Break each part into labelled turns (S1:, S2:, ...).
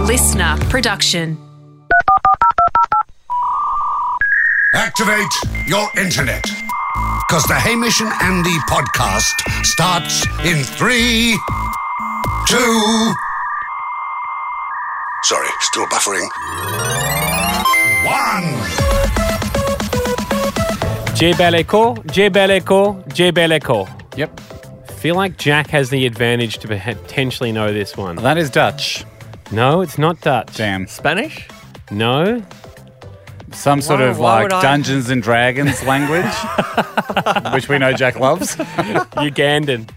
S1: listener production.
S2: Activate your internet. Because the Hamish and Andy podcast starts in three, two. Sorry, still buffering. One.
S3: J Belico, J Belico, J Belico.
S4: Yep.
S3: Feel like Jack has the advantage to potentially know this one.
S4: That is Dutch.
S3: No, it's not Dutch.
S4: Damn.
S5: Spanish?
S3: No,
S4: Some sort
S5: Why-
S4: of
S5: why
S4: like
S5: would I-
S4: Dungeons and Dragons language, which we know Jack loves.
S3: Ugandan.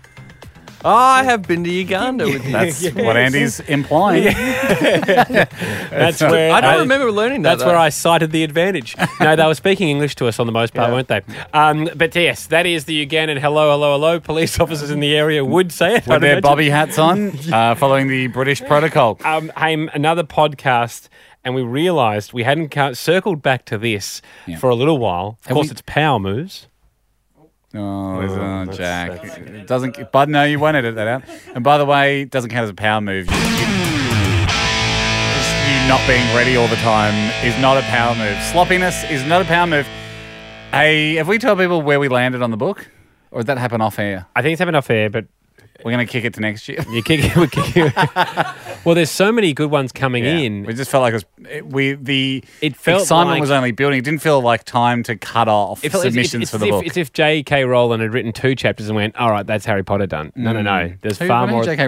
S5: Oh, I have been to Uganda with you.
S4: That's what Andy's implying.
S3: That's where
S5: I don't remember learning that.
S3: That's where I cited the advantage. No, they were speaking English to us on the most part,
S5: Yeah.
S3: weren't they? Um, but yes, that is the Ugandan hello, hello, hello. Police officers in the area would say it.
S4: With
S3: I'd
S4: their
S3: imagine.
S4: bobby hats on, uh, following the British protocol.
S3: um, hey, m- another podcast, and we realised we hadn't ca- circled back to this for a little while. Of
S4: Have
S3: course,
S4: we-
S3: it's power moves.
S4: Oh, there's-
S3: uh,
S4: oh, Jack. It doesn't, but no, you won't edit that out. And by the way, it doesn't count as a power move. You, you, just you not being ready all the time is not a power move. Sloppiness is not a power move. Hey, have we told people where we landed on the book? Or did that happen off air?
S3: I think it's happened off air, but
S4: We're going to kick it to next year.
S3: you kick we kick well, there's so many good ones coming in.
S4: We just felt like it was it, we the
S3: It felt
S4: excitement
S3: like-
S4: was only building. It didn't feel like time to cut off
S3: It felt- it's-
S4: submissions
S3: it's,
S4: for the
S3: if,
S4: book.
S3: It's if J.K. Rowling had written two chapters and went, all right, that's Harry Potter done. No, no, no. There's
S4: Mm. Who-
S3: far
S4: I don't know
S3: more.
S4: who J.K.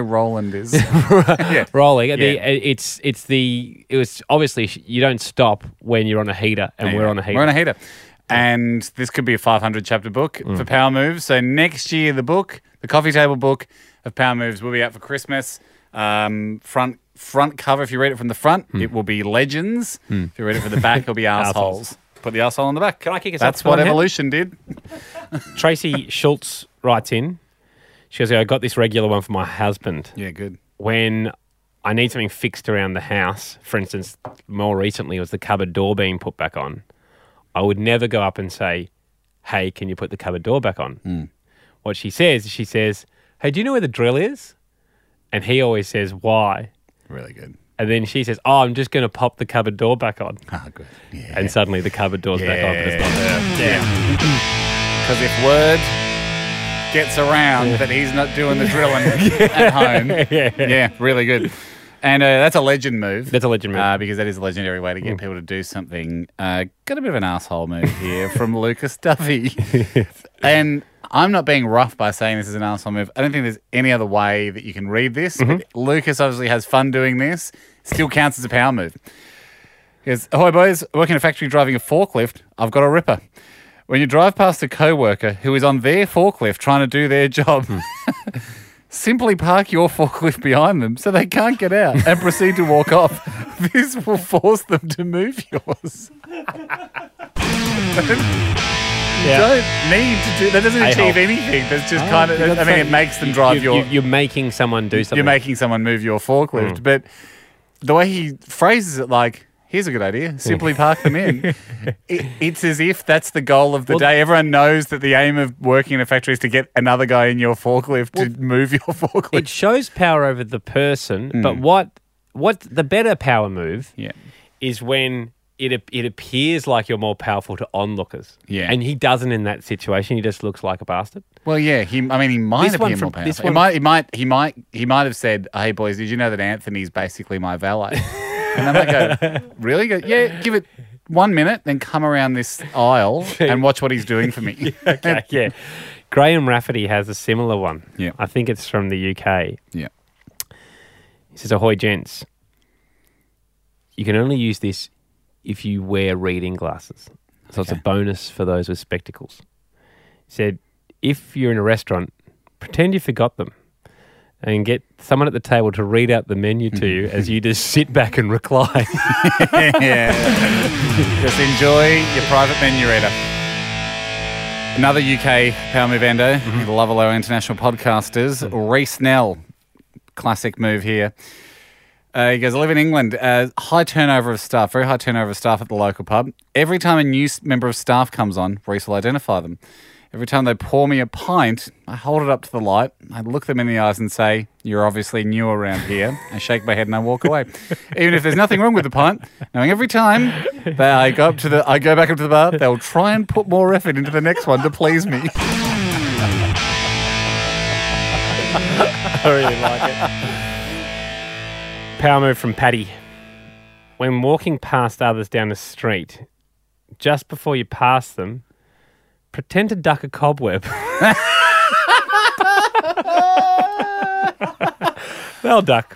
S4: Rowland is. yeah.
S3: Rolling, the, uh,
S4: Yeah.
S3: it's it's the it was obviously sh- you don't stop when you're on a heater, and we're on a heater.
S4: We're on a heater. And this could be a 500 chapter book
S3: Mm.
S4: for Power Moves. So next year, the book, the coffee table book of Power Moves, will be out for Christmas. Um, front front cover, if you read it from the front,
S3: Hmm.
S4: it will be Legends. If you read it from the back, it'll be assholes. Put the asshole on the back.
S3: Can I kick us
S4: That's
S3: off
S4: what
S3: one, Hen?
S4: evolution did.
S3: Tracy Schultz writes in. She goes, I got this regular one for my husband.
S4: Yeah, good.
S3: When I need something fixed around the house, for instance, more recently was the cupboard door being put back on. I would never go up and say, Hey, can you put the cupboard door back on?
S4: Hmm.
S3: What she says, is she says, Hey, do you know where the drill is? And he always says, Why?
S4: Really good.
S3: And then she says, Oh, I'm just going to pop the cupboard door back on.
S4: Ah, good. Yeah.
S3: And suddenly the cupboard door's back on, but it's not there.
S4: Yeah. Because if word gets around that he's not doing the drilling at home, yeah. really good. And uh, that's a legend move.
S3: That's a legend move. Mm.
S4: Uh, because that is a legendary way to get people to do something. Uh, got a bit of an asshole move here from Lucas Duffy. and I'm not being rough by saying this is an asshole move. I don't think there's any other way that you can read this. but
S3: Mm-hmm.
S4: Lucas obviously has fun doing this. Still counts as a power move. Yes. Hi, boys. Working in a factory driving a forklift, I've got a ripper. When you drive past a co worker who is on their forklift trying to do their job,
S3: Hmm.
S4: simply park your forklift behind them so they can't get out and proceed to walk off. This will force them to move yours.
S3: Yeah.
S4: Don't need to do that, doesn't
S3: I
S4: achieve
S3: hope.
S4: anything. That's just
S3: Oh,
S4: kind of,
S3: that's
S4: I mean,
S3: like-
S4: it makes them drive
S3: you,
S4: your.
S3: you, are making someone do something.
S4: You're making someone move your forklift.
S3: Hmm.
S4: But the way he phrases it, like, here's a good idea, simply park them in. it, it's as if that's the goal of the
S3: Well-
S4: day. Everyone knows that the aim of working in a factory is to get another guy in your forklift to move your
S3: it
S4: forklift.
S3: shows power over the person, but what what the better power move
S4: Hmm. Yeah.
S3: is when it ap- it appears like you're more powerful to onlookers.
S4: Yeah.
S3: and he doesn't in that situation. He just looks like a bastard.
S4: Well, yeah, he. I mean, he might
S3: This
S4: have
S3: one
S4: been
S3: from-
S4: more powerful.
S3: this
S4: He
S3: one-
S4: might, he might, he might, he might have said, "Hey, boys, did you know that Anthony's basically my valet?" and then they go, "Really? Go, yeah, give it one minute, then come around this aisle and watch what he's doing for me."
S3: Okay, yeah. Graham Rafferty has a similar one.
S4: Yeah.
S3: I think it's from the UK.
S4: yeah.
S3: He says, "Ahoy, gents! You can only use this if you wear reading glasses, so it's a bonus for those with spectacles." He said, "If you're in a restaurant, pretend you forgot them." And get someone at the table to read out the menu to you as you just sit back and recline.
S4: yeah. Just enjoy your private menu reader. Another UK power move endo, the Lovelo International podcasters, Reese Nell. Classic move here. Uh, he goes, I live in England. Uh, high turnover of staff, very high turnover of staff at the local pub. Every time a new s- member of staff comes on, Reese will identify them. Every time they pour me a pint, I hold it up to the light. I look them in the eyes and say, You're obviously new around here. I shake my head and I walk away. Even if there's nothing wrong with the pint, knowing every time that I go up to the I go back up to the bar, they'll try and put more effort into the next one to please me.
S3: I really like it. Power move from Patty. When walking past others down the street, just before you pass them, pretend to duck a cobweb. They'll duck.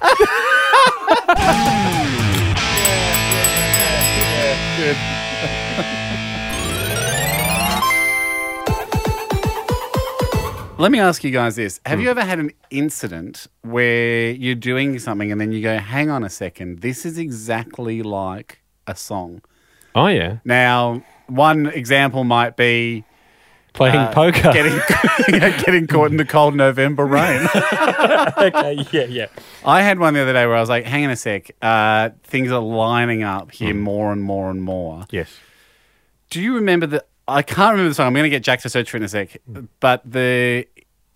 S4: Let me ask you guys this. Have you ever had an incident where you're doing something and then you go, hang on a second, this is exactly like a song?
S3: Oh yeah,
S4: Now, one example might be
S3: playing poker.
S4: getting, getting caught in the cold November rain.
S3: okay, yeah, yeah.
S4: I had one the other day where I was like, hang on a sec, uh, things are lining up here more and more and more.
S3: Yes.
S4: Do you remember the? I can't remember the song. I'm going to get Jack to search for it in a sec. But the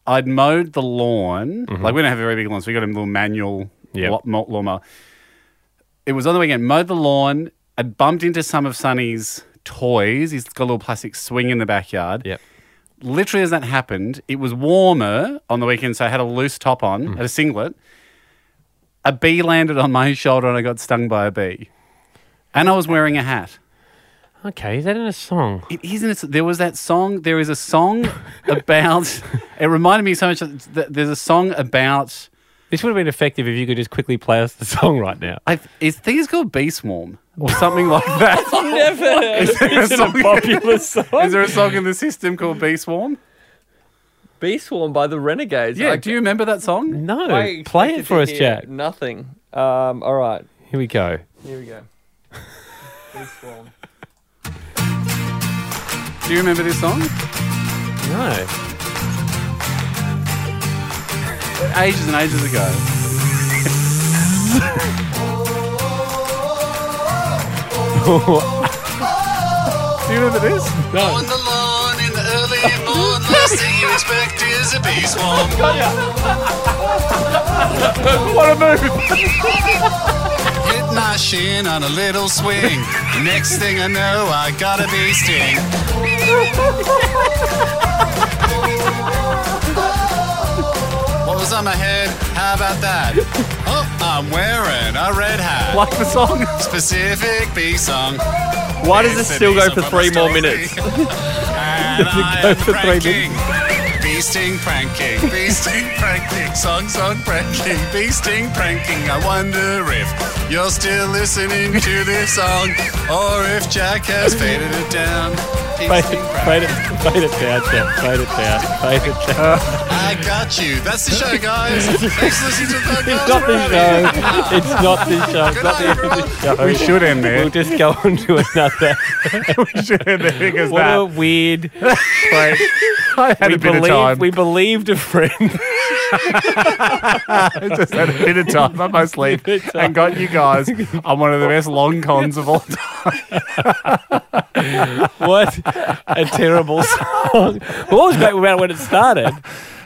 S4: I'd mowed the lawn. Like we don't have a very big lawn, so we got a little manual
S3: Mm-hmm. Yep.
S4: lo- mo- lawnmower. It was on the weekend. Mowed the lawn. I'd bumped into some of Sonny's toys. He's got a little plastic swing in the backyard.
S3: Yep.
S4: Literally, as that happened, it was warmer on the weekend, so I had a loose top on,
S3: Mm.
S4: had a singlet. A bee landed on my shoulder, and I got stung by a bee. And I was wearing a hat.
S3: Okay, is that in a song?
S4: It isn't. There was that song. There is a song about. it reminded me so much. Of, th- there's a song about.
S3: This would have been effective if you could just quickly play us the song right now.
S4: I is I think it's called Bee Swarm or something like that.
S5: Never.
S4: is, there a
S3: It's a
S4: song,
S3: popular song.
S4: is there a song in the system called Bee Swarm?
S5: Bee Swarm by the Renegades.
S4: Yeah.
S5: I-
S4: do you remember that song?
S3: no,
S5: I
S3: play
S5: expected
S3: it for
S5: to
S3: us,
S5: hear
S3: Jack.
S5: Nothing. Um, all right.
S3: Here we go.
S5: Here we go. Bee Swarm.
S4: Do you remember this song?
S3: No.
S4: Ages and ages ago. do you remember this?
S2: On the lawn in the early morn, last thing you expect is a bee swarm.
S4: What a move!
S2: Hit my shin on a little swing. Next thing I know, I got a bee sting. what was on my head? How about that? Oh, I'm wearing a red hat.
S4: Like the song.
S2: Specific bee song.
S5: Why does this
S2: It's a
S5: still
S2: bee
S5: go
S2: song
S5: for
S2: from
S5: three
S2: a
S5: more
S2: story.
S5: minutes?
S2: and I
S3: go
S2: am
S3: for three
S2: pranking. Bee sting pranking, bee sting pranking, song song pranking, bee sting pranking. I wonder if you're still listening to this song, or if Jack has faded it down. Bee
S3: Fade
S2: sting
S3: it,
S2: pranking.
S3: fade it, fade it down, Jack. Fade it down, fade it down.
S2: I got you. That's the show, guys. Thanks for listening to the podcast.
S3: It's not
S2: We're
S3: the
S2: out of here.
S3: show. It's not the show. It's not the end of the show.
S4: We should end there.
S3: We'll just go on to another.
S4: we should end there because
S3: What a
S4: that.
S3: weird.
S4: I had
S3: we
S4: a bit
S3: believed,
S4: of time.
S3: we believed a friend.
S4: just had a bit of time up my sleep
S3: Bit of time.
S4: and got you guys on one of the best long cons of all time.
S3: what a terrible song. What was great about when it started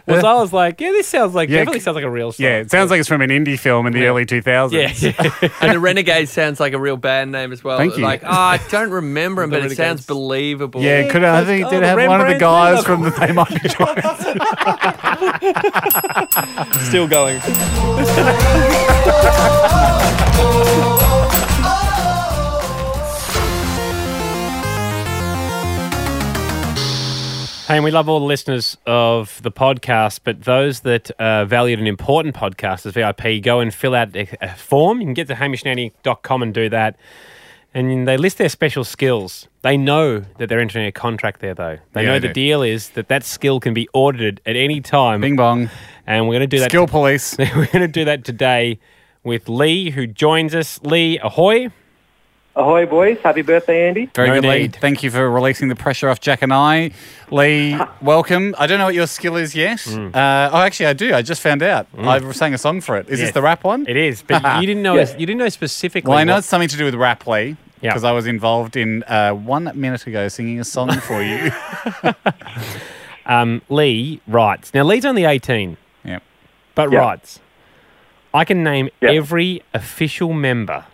S3: was I was like, yeah, this sounds like
S4: Yeah,
S3: definitely
S4: c-
S3: sounds like a real song.
S4: Yeah, it sounds like it's from an indie film in the early 2000s.
S3: Yeah, yeah.
S5: and the Renegades sounds like a real band name as well.
S4: Thank you.
S5: Like, oh, I don't remember him,
S3: The
S5: but it sounds
S3: Renegades.
S5: believable.
S4: Yeah, could I think it did have one of
S3: Oh,
S4: the
S3: Rembrandt,
S4: guys
S3: look.
S4: from the They Might Be Giants.
S3: still going. Hey, and we love all the listeners of the podcast, but those that uh, valued an important podcast as VIP, go and fill out a, a form. You can get to hamishnanny.com and do that. And they list their special skills. They know that they're entering a contract there, though. They
S4: Yeah,
S3: know
S4: they
S3: the
S4: do.
S3: deal is that that skill can be audited at any time.
S4: Bing bong.
S3: And we're going to do that.
S4: Skill police.
S3: We're going to do that today with Lee, who joins us. Lee, ahoy.
S1: Ahoy, boys. Happy birthday, Andy.
S4: Very
S3: No
S4: good, Lee.
S3: need.
S4: Thank you for releasing the pressure off Jack and I. Lee, welcome. I don't know what your skill is yet.
S3: Mm.
S4: Uh, oh, actually, I do. I just found out. I sang a song for it. Is
S3: Yes.
S4: this the rap one?
S3: It is, but you didn't know.
S1: Yes.
S3: You didn't know specifically.
S4: Well, I know
S3: what-
S4: it's something to do with rap, Lee,
S3: Yeah.
S4: because I was involved in uh, one minute ago singing a song for you.
S3: Um, Lee writes. Now, Lee's only 18,
S4: Yep.
S3: but
S1: Yeah.
S3: writes, I can name
S1: Yeah.
S3: every official member,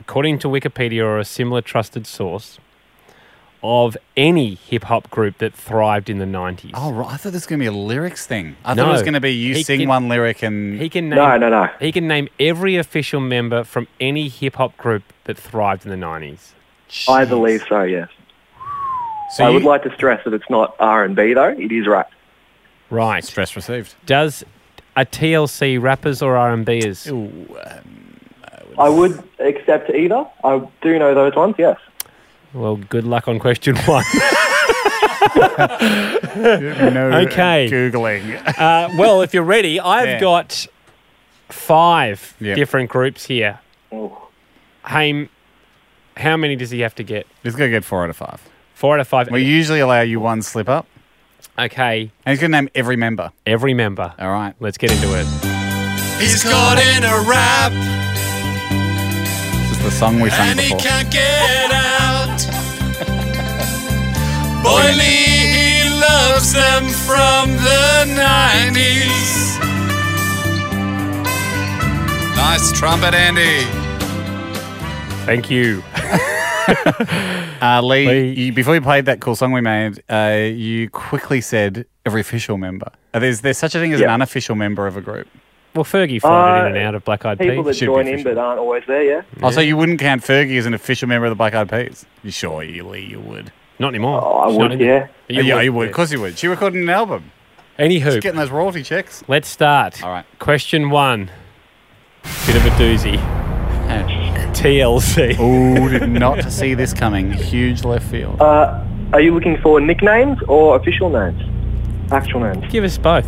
S3: according to Wikipedia or a similar trusted source, of any hip hop group that thrived in the 90s.
S4: Oh, right. I thought this was going to be a lyrics thing. I thought
S3: No.
S4: it was going to be you
S3: He
S4: sing
S3: can-
S4: one lyric and.
S3: He can name,
S1: No, no, no.
S3: He can name every official member from any hip hop group that thrived in the 90s.
S1: I believe so. Yes.
S4: So
S1: I
S4: you-
S1: would like to stress that it's not R and B though. It is rap.
S3: Right.
S4: Stress received.
S3: Does a TLC rappers or R&Bers?
S1: I would accept either. I do know those ones. Yes.
S3: Well, good luck on question one.
S4: No
S3: Okay.
S4: Googling.
S3: Uh, well, if you're ready, I've
S4: Yeah.
S3: got five
S4: Yep.
S3: different groups here.
S1: Oh.
S3: Haim, how many does he have to get?
S4: he's going to get four out of five.
S3: Four out of five.
S4: We usually allow you one slip up,
S3: okay,
S4: and he's going to name every member.
S3: every member.
S4: All right.
S3: Let's get into it.
S2: He's caught in a rap
S4: This is the song we sang
S2: and he
S4: before.
S2: can't get out. Boy, Lee, he loves them from the 90s. Nice trumpet, Andy.
S3: Thank you.
S4: Uh, Lee,
S3: Lee.
S4: You, before you played that cool song we made, uh, you quickly said every official member. Uh, there's there's such a thing as an
S1: Yeah.
S4: unofficial member of a group.
S3: Well, Fergie floated in
S1: Uh,
S3: and out of Black Eyed
S1: People that
S3: Peas.
S4: should be
S1: join in
S4: official.
S1: but aren't always there. Yeah.
S4: Also, you wouldn't count Fergie as an official member of the Black Eyed Peas. You sure, you, Lee? You would. Oh,
S3: Not anymore.
S1: Oh, I
S3: It's
S1: would,
S3: not in-
S1: yeah.
S4: yeah, you would. Of course, you would. She recorded an album.
S3: Anywho,
S4: Getting those royalty checks.
S3: let's start.
S4: All right.
S3: Question one. Bit of a doozy. TLC.
S4: Ooh, did not see this coming. Huge left field.
S1: Uh, are you looking for nicknames or official names? Actual names.
S3: Give us both.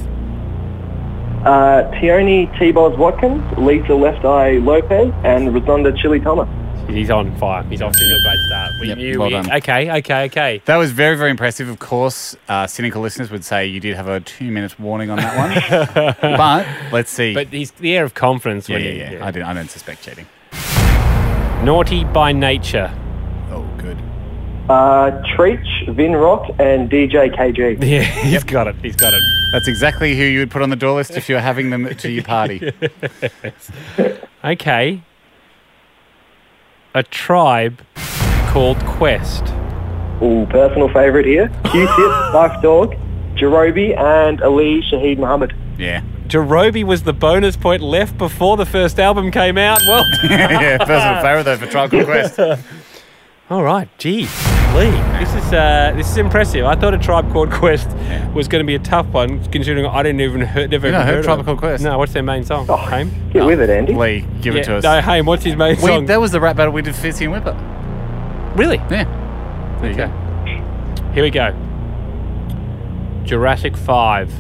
S1: Uh, Tioni T-Boz Watkins, Lisa Left Eye Lopez, and Rosonda Chili Thomas.
S3: He's on fire. He's off to a great start. We
S4: Yep,
S3: knew
S4: well
S3: it.
S4: done.
S3: Okay, okay, okay.
S4: That was very, very impressive. Of course, uh, cynical listeners would say you did have a two minutes warning on that one. but let's see.
S3: But he's the air of confidence.
S4: yeah,
S3: when
S4: yeah,
S3: he-
S4: yeah, I, don't, I don't suspect cheating.
S3: Naughty by nature.
S4: Oh, good.
S1: Uh, Treach, Vin Rock, and DJ KG.
S3: Yeah, he's got it. He's got it.
S4: That's exactly who you would put on the door list if you're having them to your party.
S3: Okay. A tribe called Quest.
S1: Ooh, personal favourite here. Q-Tip, Life Dog, Jerobi, and Ali Shaheed Muhammad.
S4: Yeah.
S3: Jerobi was the bonus point left before the first album came out. Well,
S4: yeah, personal favourite though for Trial Called Quest.
S3: all right. Gee, Lee, this is uh, this is impressive. I thought a tribe called Quest was going to be a tough one, considering I didn't even heard, never
S4: You
S3: even
S4: don't heard
S3: of
S4: Tribe
S3: them.
S4: Called Quest?
S3: No, what's their main song?
S1: Oh,
S3: Haim?
S1: Get with it, Andy.
S4: Lee, give it to us.
S3: No, Haim. What's his main
S4: we,
S3: song?
S4: that was the rap battle we did Fitzy and Whipper.
S3: really?
S4: Yeah. There you go.
S3: Here we go. Jurassic Five.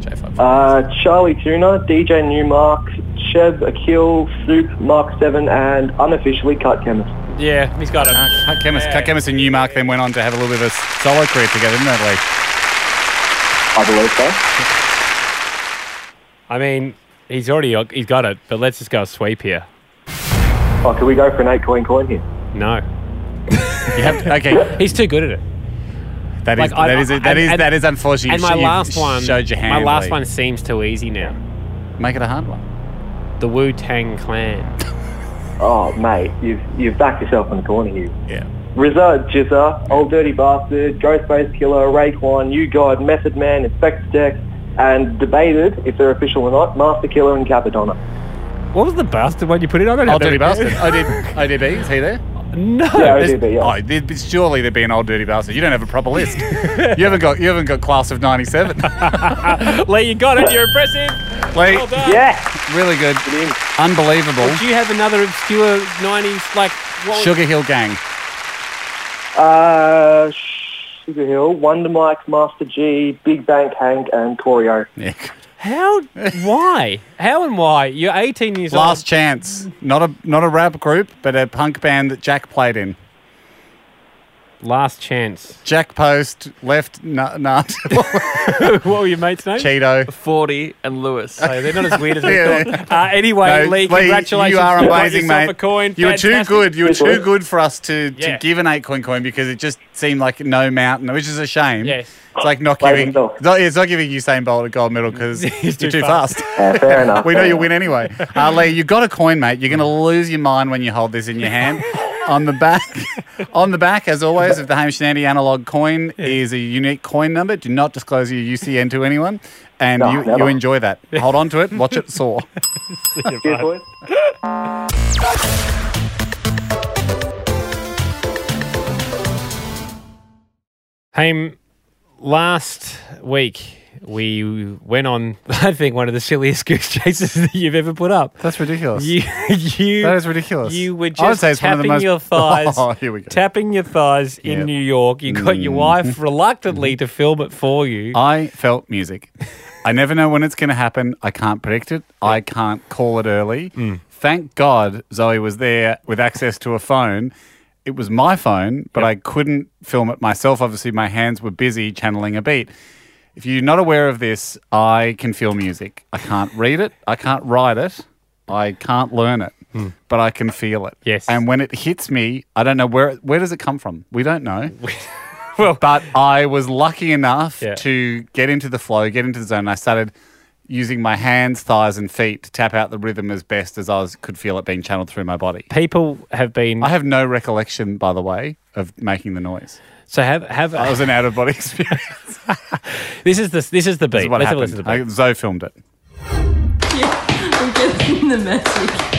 S4: J5.
S1: Uh, Charlie Tuna, DJ Newmark, Sheb Akil, Soup, Mark 7, and unofficially Cut Chemist.
S3: Yeah, he's got it.
S4: Ah, Cut Chemist, Cut Chemist and Newmark then went on to have a little bit of a solo career together, didn't they, Lee?
S1: I believe so.
S3: I mean, he's already he's got it, but let's just go sweep here.
S1: Oh, can we go for an eight coin coin here?
S3: No,
S4: You have to- okay,
S3: he's too good at it.
S4: that is
S3: Like, I-
S4: that is that
S3: and-
S4: is
S3: and-
S4: that is unfortunate.
S3: and
S4: You
S3: my
S4: sh- you
S3: last one,
S4: showed your hand.
S3: my last
S4: Lee.
S3: one seems too easy now.
S4: Make it a hard one.
S3: The Wu Tang Clan.
S1: Oh, mate, you've, you've backed yourself in the corner here.
S4: Yeah.
S1: RZA, Jizza, Old Dirty Bastard, Ghostface Killer, Raekwon, You God, Method Man, Inspector Deck, and debated if they're official or not, Master Killer and Capadonna.
S3: What was the bastard one you put it on? I don't
S4: Old
S3: know.
S4: Dirty Bastard. ODB, ODB, is he there?
S3: No,
S1: Yeah,
S3: there's-
S1: ODB, yeah.
S4: Oh, there'd be, surely there'd be an old dirty bastard. You don't have a proper list. you haven't got you haven't got class of '97.
S3: Lee, you got it. You're impressive.
S4: Lee,
S3: Well done.
S1: Yeah!
S4: really good, unbelievable.
S3: Do you have another obscure '90s like? What was-
S4: Sugar Hill Gang.
S1: Uh, Sugar Hill, Wonder Mike, Master G, Big Bank Hank, and Corio.
S4: Yeah.
S3: How? Why? How and why? You're 18 years
S4: Last chance. Not a not a rap group, but a punk band that Jack played in.
S3: old. Last chance.
S4: Jack Post, left nut, nut
S3: what were your mates' names?
S4: Cheeto.
S5: Forty and Lewis.
S3: Oh, they're not as weird as we
S4: Yeah.
S3: thought. Uh, anyway,
S4: No,
S3: Lee,
S4: Lee,
S3: congratulations.
S4: You are
S3: You've got
S4: amazing,
S3: yourself
S4: mate.
S3: A coin.
S4: You were too
S3: Fantastic.
S4: good. You were too
S1: Thanks,
S4: good for us to, to
S3: Yeah.
S4: give an eight coin coin because it just seemed like no mountain, which is a shame.
S3: Yes.
S4: It's like not
S1: Blame
S4: giving.
S1: yourself.
S4: It's not, it's not giving Usain Bolt a gold medal because you're
S3: too
S4: too, fast.
S1: Yeah, fair enough.
S4: we know
S1: fair
S4: you'll
S1: enough.
S4: win anyway. Uh, Lee, you got a coin, mate. You're going to lose your mind when you hold this in your hand. on the back, on the back, as always, of the Hamish and Andy analog coin is a unique coin number. Do not disclose your UCN to anyone, and
S1: No,
S4: you, you
S1: never.
S4: enjoy that. Hold on to it. Watch it soar.
S1: Cheers, boys.
S3: Hey, last week we went on, I think, one of the silliest goose chases that you've ever put up.
S4: That's ridiculous.
S3: You, you,
S4: That is ridiculous.
S3: You were
S4: I would
S3: just
S4: say it's one of the
S3: tapping
S4: most-
S3: your thighs,
S4: Oh, here we go.
S3: tapping your thighs in
S4: Yep. Mm. Mm-hmm.
S3: New York. You got your wife reluctantly to film it for you.
S4: I felt music. I never know when it's going to happen. I can't predict it. I can't call it early. Thank God Zoe was there with access to a phone. It was my phone, but I couldn't film it myself. Obviously, my hands were busy channeling a beat. If you're not aware of this, I can feel music. I can't read it. I can't write it. I can't learn it, but I can feel it.
S3: Yes.
S4: And when it hits me, I don't know where it, where does it come from. We don't know.
S3: well,
S4: But I was lucky enough
S3: Yeah.
S4: to get into the flow, get into the zone. And I started using my hands, thighs, and feet to tap out the rhythm as best as I was, could feel it being channeled through my body.
S3: people have been
S4: I have no recollection, by the way, of making the noise.
S3: so have have.
S4: It was an out of body experience.
S3: this is the this is the beat.
S4: That's what
S3: Let's have a listen
S4: happened.
S3: to the beat.
S4: I, Zoe filmed it.
S6: I'm getting the message.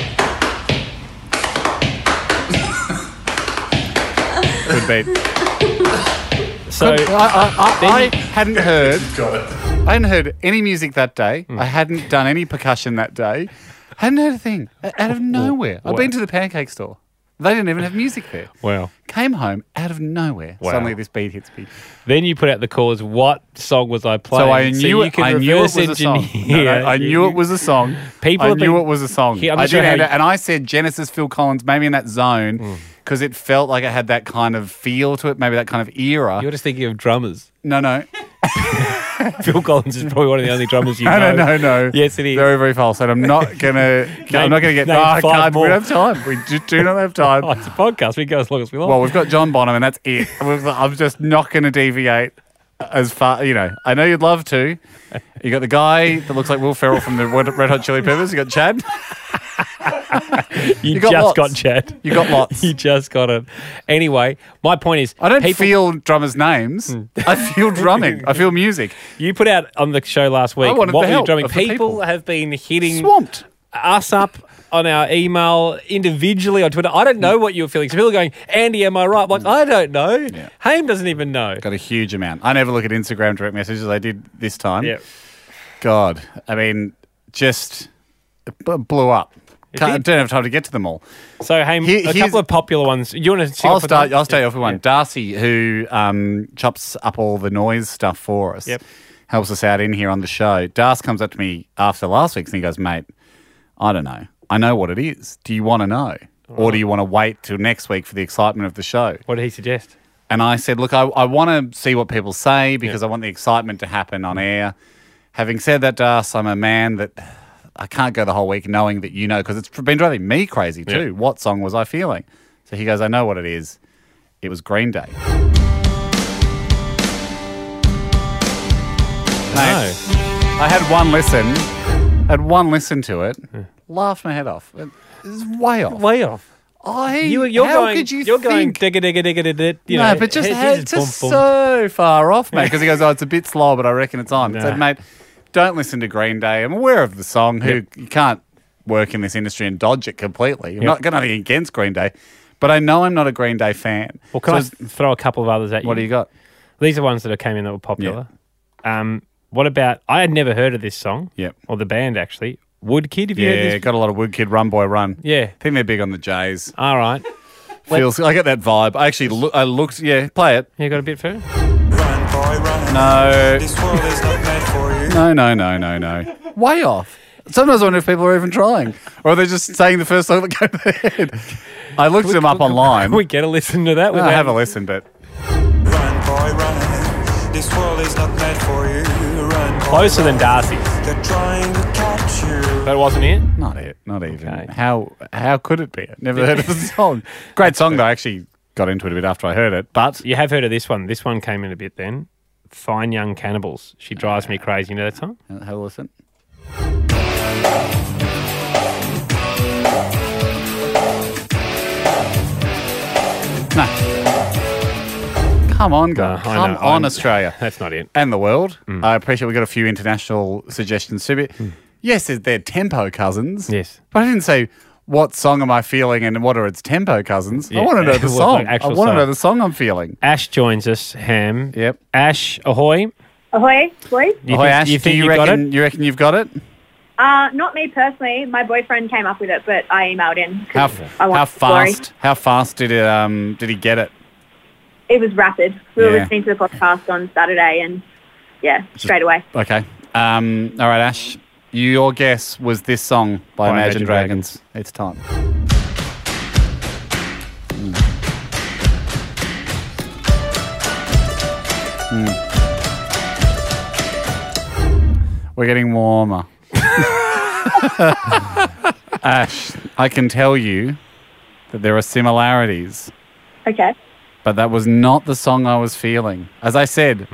S4: Good beat.
S3: so
S4: I, I, I, I hadn't heard. I hadn't heard any music that day.
S3: Hmm.
S4: I hadn't done any percussion that day. hadn't heard a thing O- out of nowhere. I've been to the pancake store. They didn't even have music there.
S3: Wow.
S4: Came home out of nowhere.
S3: Wow.
S4: Suddenly this beat hits me.
S3: then you put out the cause. What song was I playing?
S4: so I knew
S3: you
S4: it.
S3: can
S4: I knew it
S3: reverse
S4: was a song. No,
S3: engineer-
S4: no, I knew it was a song.
S3: People
S4: I
S3: have
S4: knew
S3: been-
S4: it was a song.
S3: Yeah, I'm not
S4: I
S3: sure
S4: did,
S3: how Hmm.
S4: and,
S3: you-
S4: and I said Genesis, Phil Collins, maybe in that zone. Because it felt like it had that kind of feel to it, maybe that kind of era.
S3: You're just thinking of drummers.
S4: no, no,
S3: Phil Collins is probably one of the only drummers you
S4: No,
S3: know.
S4: no, no, no.
S3: Yes, it is.
S4: Very, very false. And I'm not gonna. I'm not gonna
S3: Name- name
S4: get. No, I
S3: five
S4: can't.
S3: more.
S4: We don't have time. We do, do not have
S3: Oh,
S4: time.
S3: it's a podcast. We go as long as we like.
S4: Well, we've got John Bonham, and that's it. We've- I'm just not gonna deviate as far. You know, I know you'd love to. You got the guy that looks like Will Ferrell from the Red Red Hot Chili Peppers. You got Chad.
S3: you,
S4: you got
S3: just
S4: lots.
S3: got Chad.
S4: You got lots.
S3: you just got it. Anyway, my point is,
S4: I don't
S3: people- Hmm.
S4: feel drummers' names. I feel drumming. I feel music.
S3: You put out on the show last week.
S4: I wanted
S3: what were
S4: the
S3: you
S4: help
S3: drumming?
S4: of the
S3: People,
S4: people.
S3: have been hitting
S4: Swamped.
S3: us up on our email individually on Twitter. I don't know what you were feeling. So people are going, Andy, am I right? I'm like, I don't know. Yeah. doesn't even know.
S4: Got a huge amount. I never look at Instagram direct messages. I did this time.
S3: Yeah.
S4: God, I mean, just it b- blew up.
S3: did.
S4: Can't, don't have time to get to them all.
S3: So, hey,
S4: Here-
S3: a
S4: here's-
S3: couple of popular ones. You want to?
S4: I'll start. I'll start off with one. Darcy, who um, chops up all the noise stuff for us,
S3: Yep.
S4: helps us out in here on the show. Darcy comes up to me after last week's and he goes, "Mate, I don't know. I know what it is. Do you want to know, or do you want to wait till next week for the excitement of the show?"
S3: What did he suggest?
S4: And I said, look, I, I want to see what people say because I want the excitement to happen on air. Having said that, Das, I'm a man that I can't go the whole week knowing that you know because it's been driving me crazy too. What song was I feeling? So he goes, I know what it is. It was Green Day. Mate,
S3: No.
S4: I had one listen, had one listen to it, laughed my head off. It was way off.
S3: Way off.
S4: I,
S3: You, you're
S4: how
S3: going.
S4: could you
S3: are going.
S4: think
S3: Digga, digga, digga, digga, digga, you
S4: no,
S3: know,
S4: but just,
S3: he- he
S4: had- just
S3: boom, boom.
S4: so far off, mate. Because he goes, oh, it's a bit slow, but I reckon it's on. So,
S3: Nah.
S4: mate, don't listen to Green Day. I'm aware of the song. Who you can't work in this industry and dodge it completely. I'm not got nothing against Green Day, but I know I'm not a Green Day fan.
S3: Well, can I
S4: So,
S3: s- throw a couple of others at you?
S4: what do you got?
S3: These are ones that came in that were popular. Um, what about? I had never heard of this song.
S4: Yep.
S3: Or the band actually. Woodkid. Have you heard
S4: Yeah,
S3: this?
S4: got a lot of Woodkid Run Boy Run.
S3: Yeah.
S4: I think they're big on the Jays.
S3: All right.
S4: Feels I get that vibe. I actually look, I looked. Yeah, play it.
S3: You got a bit further.
S7: Run, boy, run.
S4: No,
S7: This world is not made for you.
S4: no, no, no, no, no. Way off. Sometimes I wonder if people are even trying, or they're just saying the first song that came to their head. I looked them up online.
S3: Can we get a listen to that?
S4: I
S3: without-
S4: have a listen, but
S7: boy, run. This world is not meant for you. Run, boy,
S3: Closer than
S7: run.
S3: Darcy's.
S7: They're trying to catch you.
S3: That wasn't it?
S4: Not it. Not even.
S3: Okay.
S4: How how could it be? it? Never heard of the song. Great song though. I actually got into it a bit after I heard it. But
S3: You have heard of this one. This one came in a bit then. Fine Young Cannibals. She drives
S4: Ah.
S3: me crazy. You know that song?
S4: have a listen. No. Come on, guys.
S3: No, I
S4: Come
S3: know.
S4: on,
S3: I'm- Mm.
S4: Australia.
S3: That's not it.
S4: and the world. I appreciate we got a few international suggestions too. But yes, they're- they're tempo cousins.
S3: Mm. Yes.
S4: but I didn't say what song am I feeling and what are its tempo cousins.
S3: Yeah.
S4: I want to know the
S3: What,
S4: song.
S3: like, actual
S4: I want to
S3: song?
S4: know the song I'm feeling.
S3: Ash joins us, Ham.
S4: Yep.
S3: Ash, ahoy.
S8: Ahoy, boys.
S3: You
S4: Ahoy,
S3: think-
S4: Ash,
S3: you think
S4: do you,
S3: you got
S4: reckon you reckon you've got it?
S8: Uh, not me personally. My boyfriend came up with it, but I emailed in. 'cause
S4: How
S8: I want
S4: how
S8: the story.
S4: fast how fast did it um did he get it?
S8: It was rapid. We were
S4: Yeah.
S8: listening to the podcast on Saturday, and yeah, straight away.
S4: Okay. Um. All right, Ash. Your guess was this song by, Imagine, Dragons. It's time. Mm. Mm. We're getting warmer. Ash, I can tell you that there are similarities
S8: Okay.
S4: but that was not the song I was feeling. As I said,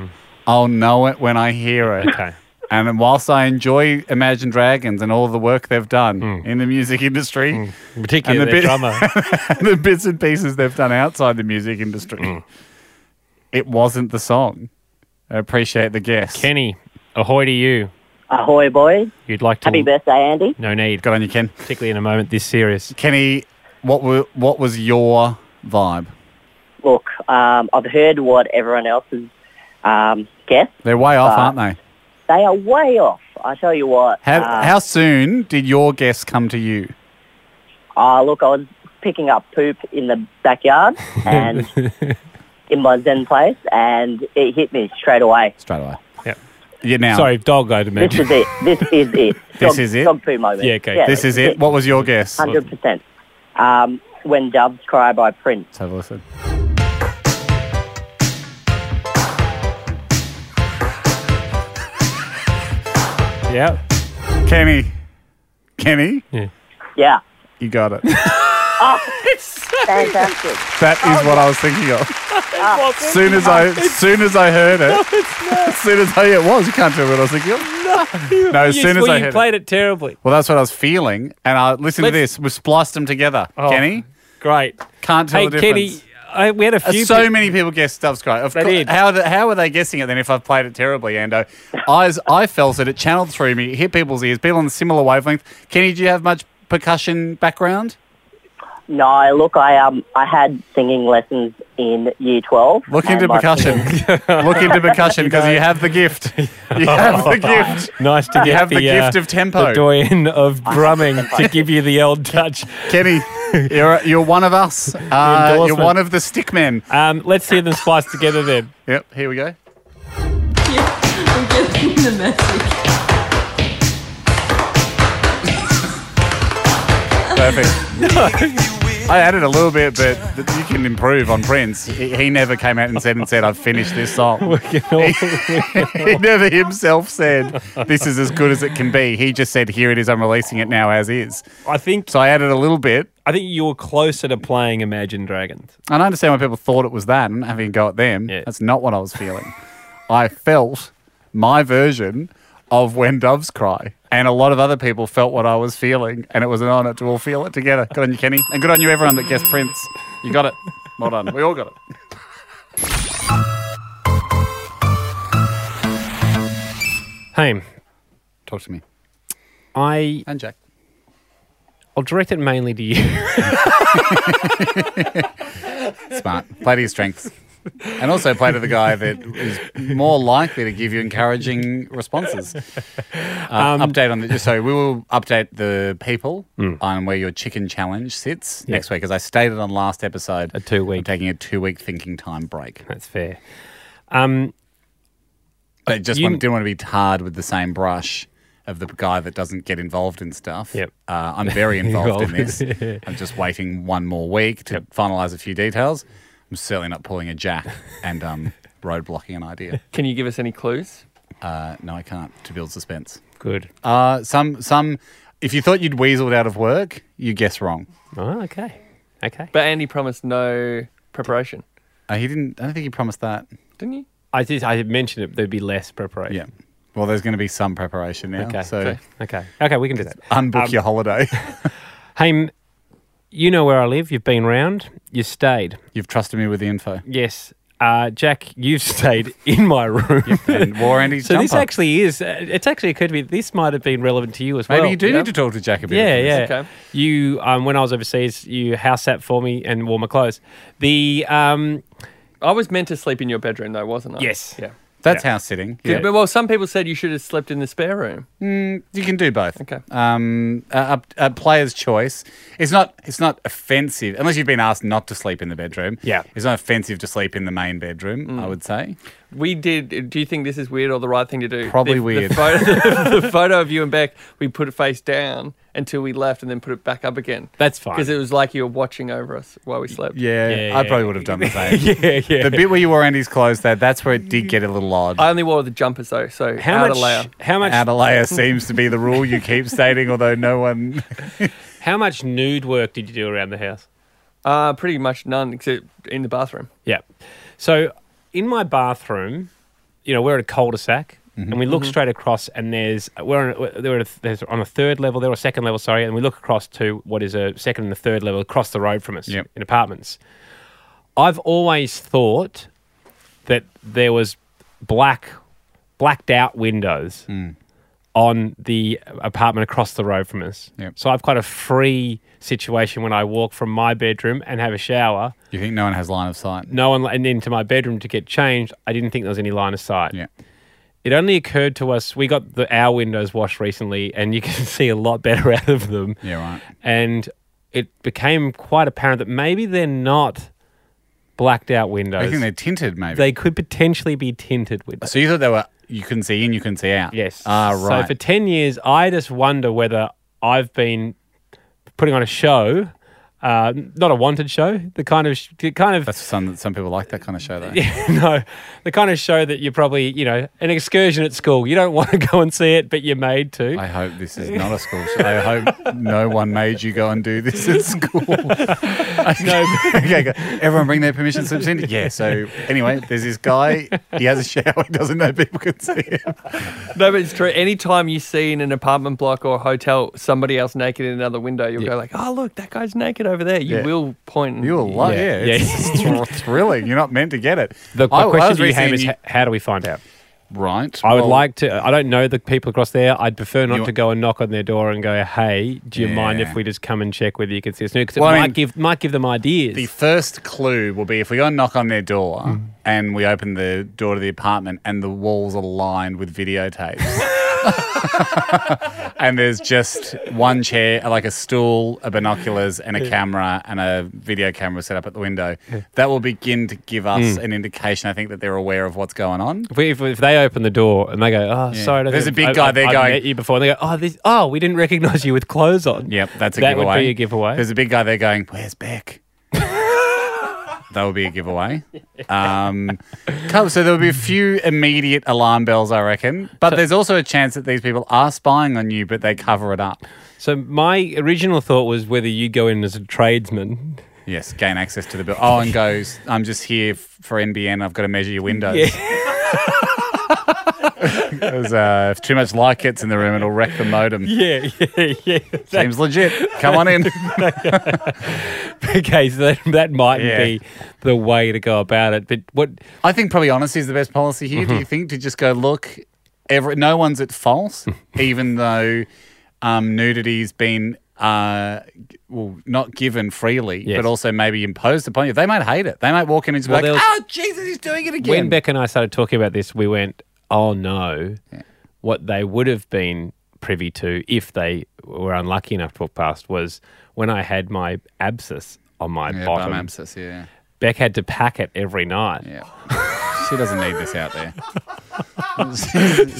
S4: I'll know it when I hear it.
S3: Okay.
S4: And whilst I enjoy Imagine Dragons and all the work they've done in the music industry,
S3: Particularly
S4: And the
S3: their
S4: bit-
S3: drummer.
S4: and the bits and pieces they've done outside the music industry, it wasn't the song. I appreciate the guess.
S3: Kenny, ahoy to you.
S9: Ahoy, boys.
S3: You'd like to.
S9: Happy birthday, Andy.
S3: No need.
S4: Good on you, Ken.
S3: Particularly in a moment this serious.
S4: Kenny, what were what was your vibe?
S9: Look, um, I've heard what everyone else's um, guessed.
S4: They're way off,
S9: Uh,
S4: aren't they?
S9: They are way off. I tell you what.
S4: How,
S9: uh,
S4: how soon did your guess come to you?
S9: Ah, look, I was picking up poop in the backyard and in my Zen place, and it hit me straight away.
S4: Straight away.
S3: Yep.
S4: Yeah. Now.
S3: Sorry, dog, I'd
S9: This
S3: imagine.
S9: is it. This is it.
S4: This
S9: Dog-
S4: is it?
S9: Dog poo moment.
S3: Yeah, okay.
S4: This is it. What was your guess? Let's
S9: Hundred percent. Um, when doves cry by Prince.
S4: have a listen.
S3: yeah.
S4: Kenny. Kenny,
S9: Yeah.
S4: you got it.
S9: Fantastic.
S4: That is what I was thinking of.
S9: Ah.
S4: soon as I soon as I heard it. As soon as I it was, you can't tell me what I was thinking of. No, as soon as
S3: well,
S4: I
S3: you
S4: heard it.
S3: played it terribly.
S4: Well that's what I was feeling. And I listen to
S3: Let's-
S4: this. We spliced them together. Kenny?
S3: Great.
S4: Can't tell
S3: hey,
S4: the
S3: Kenny,
S4: difference.
S3: I, we had a
S4: Uh,
S3: few.
S4: so
S3: pe-
S4: many people guessed Dove's Cry. Of
S3: They
S4: cour-
S3: did.
S4: How, the, how are they guessing it then if I've played it terribly, Ando? I, I felt it. It channeled through me. It hit people's ears. People on a similar wavelength. Kenny, do you have much percussion background?
S9: No, look, I um, I had singing lessons in year twelve.
S4: Look into
S9: and my
S4: percussion.
S9: singing-
S4: Look into percussion because you have the gift. You have the gift.
S3: Nice to
S4: You
S3: get
S4: have the
S3: uh,
S4: gift of tempo.
S3: the doyen of drumming to give you the old touch.
S4: Kenny, you're, you're one of us. Uh, you're
S3: endorsement.
S4: one of the stick men.
S3: Um, let's hear them spliced together then.
S4: Yep, here we go.
S6: I'm getting the message.
S4: Perfect. I added a little bit, but th- you can improve on Prince. He he never came out and said and said, "I've finished this song." he never himself said, "This is as good as it can be." He just said, "Here it is. I'm releasing it now as is."
S3: I think
S4: So I added a little bit,
S3: I think you were closer to playing Imagine Dragons.
S4: and I understand why people thought it was that. And having a go at them,
S3: Yeah.
S4: that's not what I was feeling. I felt my version of "When Doves Cry," and a lot of other people felt what I was feeling, and it was an honour to all feel it together. Good on you, Kenny, and good on you, everyone that guessed Prince. You got it. Well done. We all got it.
S3: Hey,
S4: Talk to me.
S3: I
S4: And Jack.
S3: I'll direct it mainly to you.
S4: Smart. Play to your strengths. And also play to the guy that is more likely to give you encouraging responses. Uh, update on the. So we will update the people on where your chicken challenge sits next week. As I stated on last episode,
S3: A two-week.
S4: I'm taking a two week thinking time break.
S3: That's fair. Um,
S4: I just
S3: You-
S4: want, didn't want to be tarred with the same brush of the guy that doesn't get involved in stuff.
S3: Yep.
S4: Uh, I'm very involved in this.
S3: Involved.
S4: I'm just waiting one more week to finalise a few details. I'm certainly not pulling a jack and um, road blocking an idea.
S5: Can you give us any clues?
S4: Uh, no, I can't to build suspense.
S3: Good.
S4: Uh, some some. If you thought you'd weaseled out of work, you guess wrong.
S3: Oh, okay. Okay.
S5: But Andy promised no preparation,
S4: Uh, he didn't. I don't think he promised that.
S5: didn't you?
S3: I did. I had mentioned it. There'd be less preparation.
S4: Yeah. Well, there's going to be some preparation now.
S3: Okay. um
S4: so
S5: okay.
S3: Okay. Okay. We can do that.
S4: unbook your holiday.
S3: Hey, m- you know where I live. You've been round. You stayed.
S4: You've trusted me with the info.
S3: Yes. Uh, Jack, you've stayed in my room.
S4: And wore Andy's
S3: so
S4: jumper.
S3: this actually is. Uh, it's actually occurred to me. This might have been relevant to you as well.
S4: Maybe you do
S5: yeah.
S4: need to talk to Jack a bit.
S3: Yeah,
S4: about this.
S3: yeah.
S5: Okay.
S3: You um, when I was overseas, you house sat for me and wore my clothes. The um,
S5: I was meant to sleep in your bedroom, though, wasn't I?
S3: Yes.
S5: Yeah.
S4: That's house sitting. Yeah.
S5: But, well, some people said you should have slept in the spare room. Uh,
S4: You can do both.
S5: Okay.
S4: Um, a, a a player's choice. It's not. It's not offensive unless you've been asked not to sleep in the bedroom.
S3: Yeah. Mm.
S4: It's not offensive to sleep in the main bedroom. I would say.
S5: We did. uh, Do you think this is weird or the right thing to do?
S4: Probably
S5: The-
S4: weird.
S5: The photo, the photo of you and Beck, we put it face down until we left, and then put it back up again.
S3: That's fine.
S5: Because it was like you were watching over us while we slept.
S4: Yeah.
S3: Yeah,
S4: I
S3: yeah.
S4: probably would have done the same.
S3: yeah, yeah.
S4: The bit where you wore Andy's clothes, there, that's where it did get a little odd.
S5: I only wore the jumpers though, so
S3: how
S5: outer
S3: much?
S5: layer.
S3: How much?
S4: Adelaide seems to be the rule you keep stating, although no one.
S3: How much nude work did you do around the house?
S5: Uh, pretty much none except in the bathroom.
S3: Yeah. So in my bathroom, you know, we're at a cul-de-sac.
S4: Mm-hmm.
S3: And we look straight across, and there's we're on, we're- there are- there's on a third level, there or a second level, sorry, and we look across to what is a second and a third level across the road from us
S4: Yep.
S3: in apartments. I've always thought that there was black blacked out windows
S4: Mm.
S3: on the apartment across the road from us.
S4: Yep.
S3: So I've got a free situation when I walk from my bedroom and have a shower
S4: You think no one has line of sight?
S3: no one and into my bedroom to get changed. I didn't think there was any line of sight.
S4: Yeah.
S3: It only occurred to us we got the our windows washed recently, and you can see a lot better out of them.
S4: Yeah, right.
S3: And it became quite apparent that maybe they're not blacked out
S4: I
S3: windows.
S4: think they're tinted, maybe.
S3: they could potentially be tinted windows.
S4: so you thought they were you couldn't see in, you couldn't see out.
S3: Yes.
S4: Ah, right.
S3: So for 10 years, I just wonder whether I've been putting on a show, uh, not a wanted show, the kind of, the kind of
S4: That's some some people like that kind of show, though.
S3: no, the kind of show that you're probably, you know, an excursion at school. You don't want to go and see it, but you're made to.
S4: I hope this is not a school show. I hope no one made you go and do this at school. no. okay, go. Everyone bring their permission slips in? Yeah. So, anyway, there's this guy. He has a shower. He doesn't know people can see him.
S5: No, but it's true. Anytime you see in an apartment block or a hotel somebody else naked in another window, you'll go like, "Oh, look, that guy's naked over there." You
S4: Yeah.
S5: will point. and-
S4: You will love
S3: Yeah,
S4: Yeah.
S3: yeah.
S4: It's thr- thrilling. You're not meant to get it.
S3: the
S4: I- I
S3: my question
S4: was
S3: to you,
S4: recently-
S3: Ham, is h- how do we find out?
S4: Right.
S3: I would
S4: well,
S3: like to. I don't know the people across there. I'd prefer not
S4: You-
S3: to go and knock on their door and go, "Hey, do you mind
S4: Yeah.
S3: if we just come and check whether you can see us?" Because it
S4: Well, I
S3: might
S4: mean-
S3: give might give them ideas.
S4: The first clue will be if we go and knock on their door and we open the door to the apartment and the walls are lined with videotapes. and there's just one chair, like a stool, a binoculars, and a camera, and a video camera set up at the window. That will begin to give us an indication, I think, that they're aware of what's going on.
S3: if, we, if, if they open the door and they go, "Oh, sorry," I don't
S4: There's
S3: think
S4: a big
S3: I've-
S4: guy
S3: I've-
S4: there
S3: I've
S4: going-
S3: met you before. And they go, "Oh, this, oh, we didn't recognize you with clothes on."
S4: Yep, that's a
S3: that
S4: giveaway.
S3: would be a giveaway.
S4: There's a big guy there going, "Where's Beck?" that would be a giveaway. Um, cool, so there would be a few immediate alarm bells, I reckon. But there's also a chance that these people are spying on you, but they cover it up.
S3: So my original thought was whether you go in as a tradesman.
S4: Yes, gain access to the bill. Oh, and goes, "I'm just here f- for NBN. I've got to measure your windows." There's, uh, if too much light gets in the room, it'll wreck the modem.
S3: Yeah, yeah, yeah.
S4: Seems legit. Come on in.
S3: Okay, so that, that might
S4: Yeah.
S3: be the way to go about it. But what?
S4: I think probably honesty is the best policy here.
S3: Mm-hmm.
S4: Do you think to just go look? Every, no one's at fault, even though um, nudity's been uh, g- well not given freely,
S3: Yes.
S4: but also maybe imposed upon you. They might hate it. They might walk in and just be
S3: Well,
S4: like,
S3: they'll-
S4: "Oh Jesus, he's doing it again."
S3: When Beck and I started talking about this, we went, "Oh no!" What they would have been privy to if they were unlucky enough to walk past was when I had my abscess on my
S4: yeah, bum
S3: bottom.
S4: abscess, yeah,
S3: Beck had to pack it every night.
S4: yeah. she doesn't need this out there.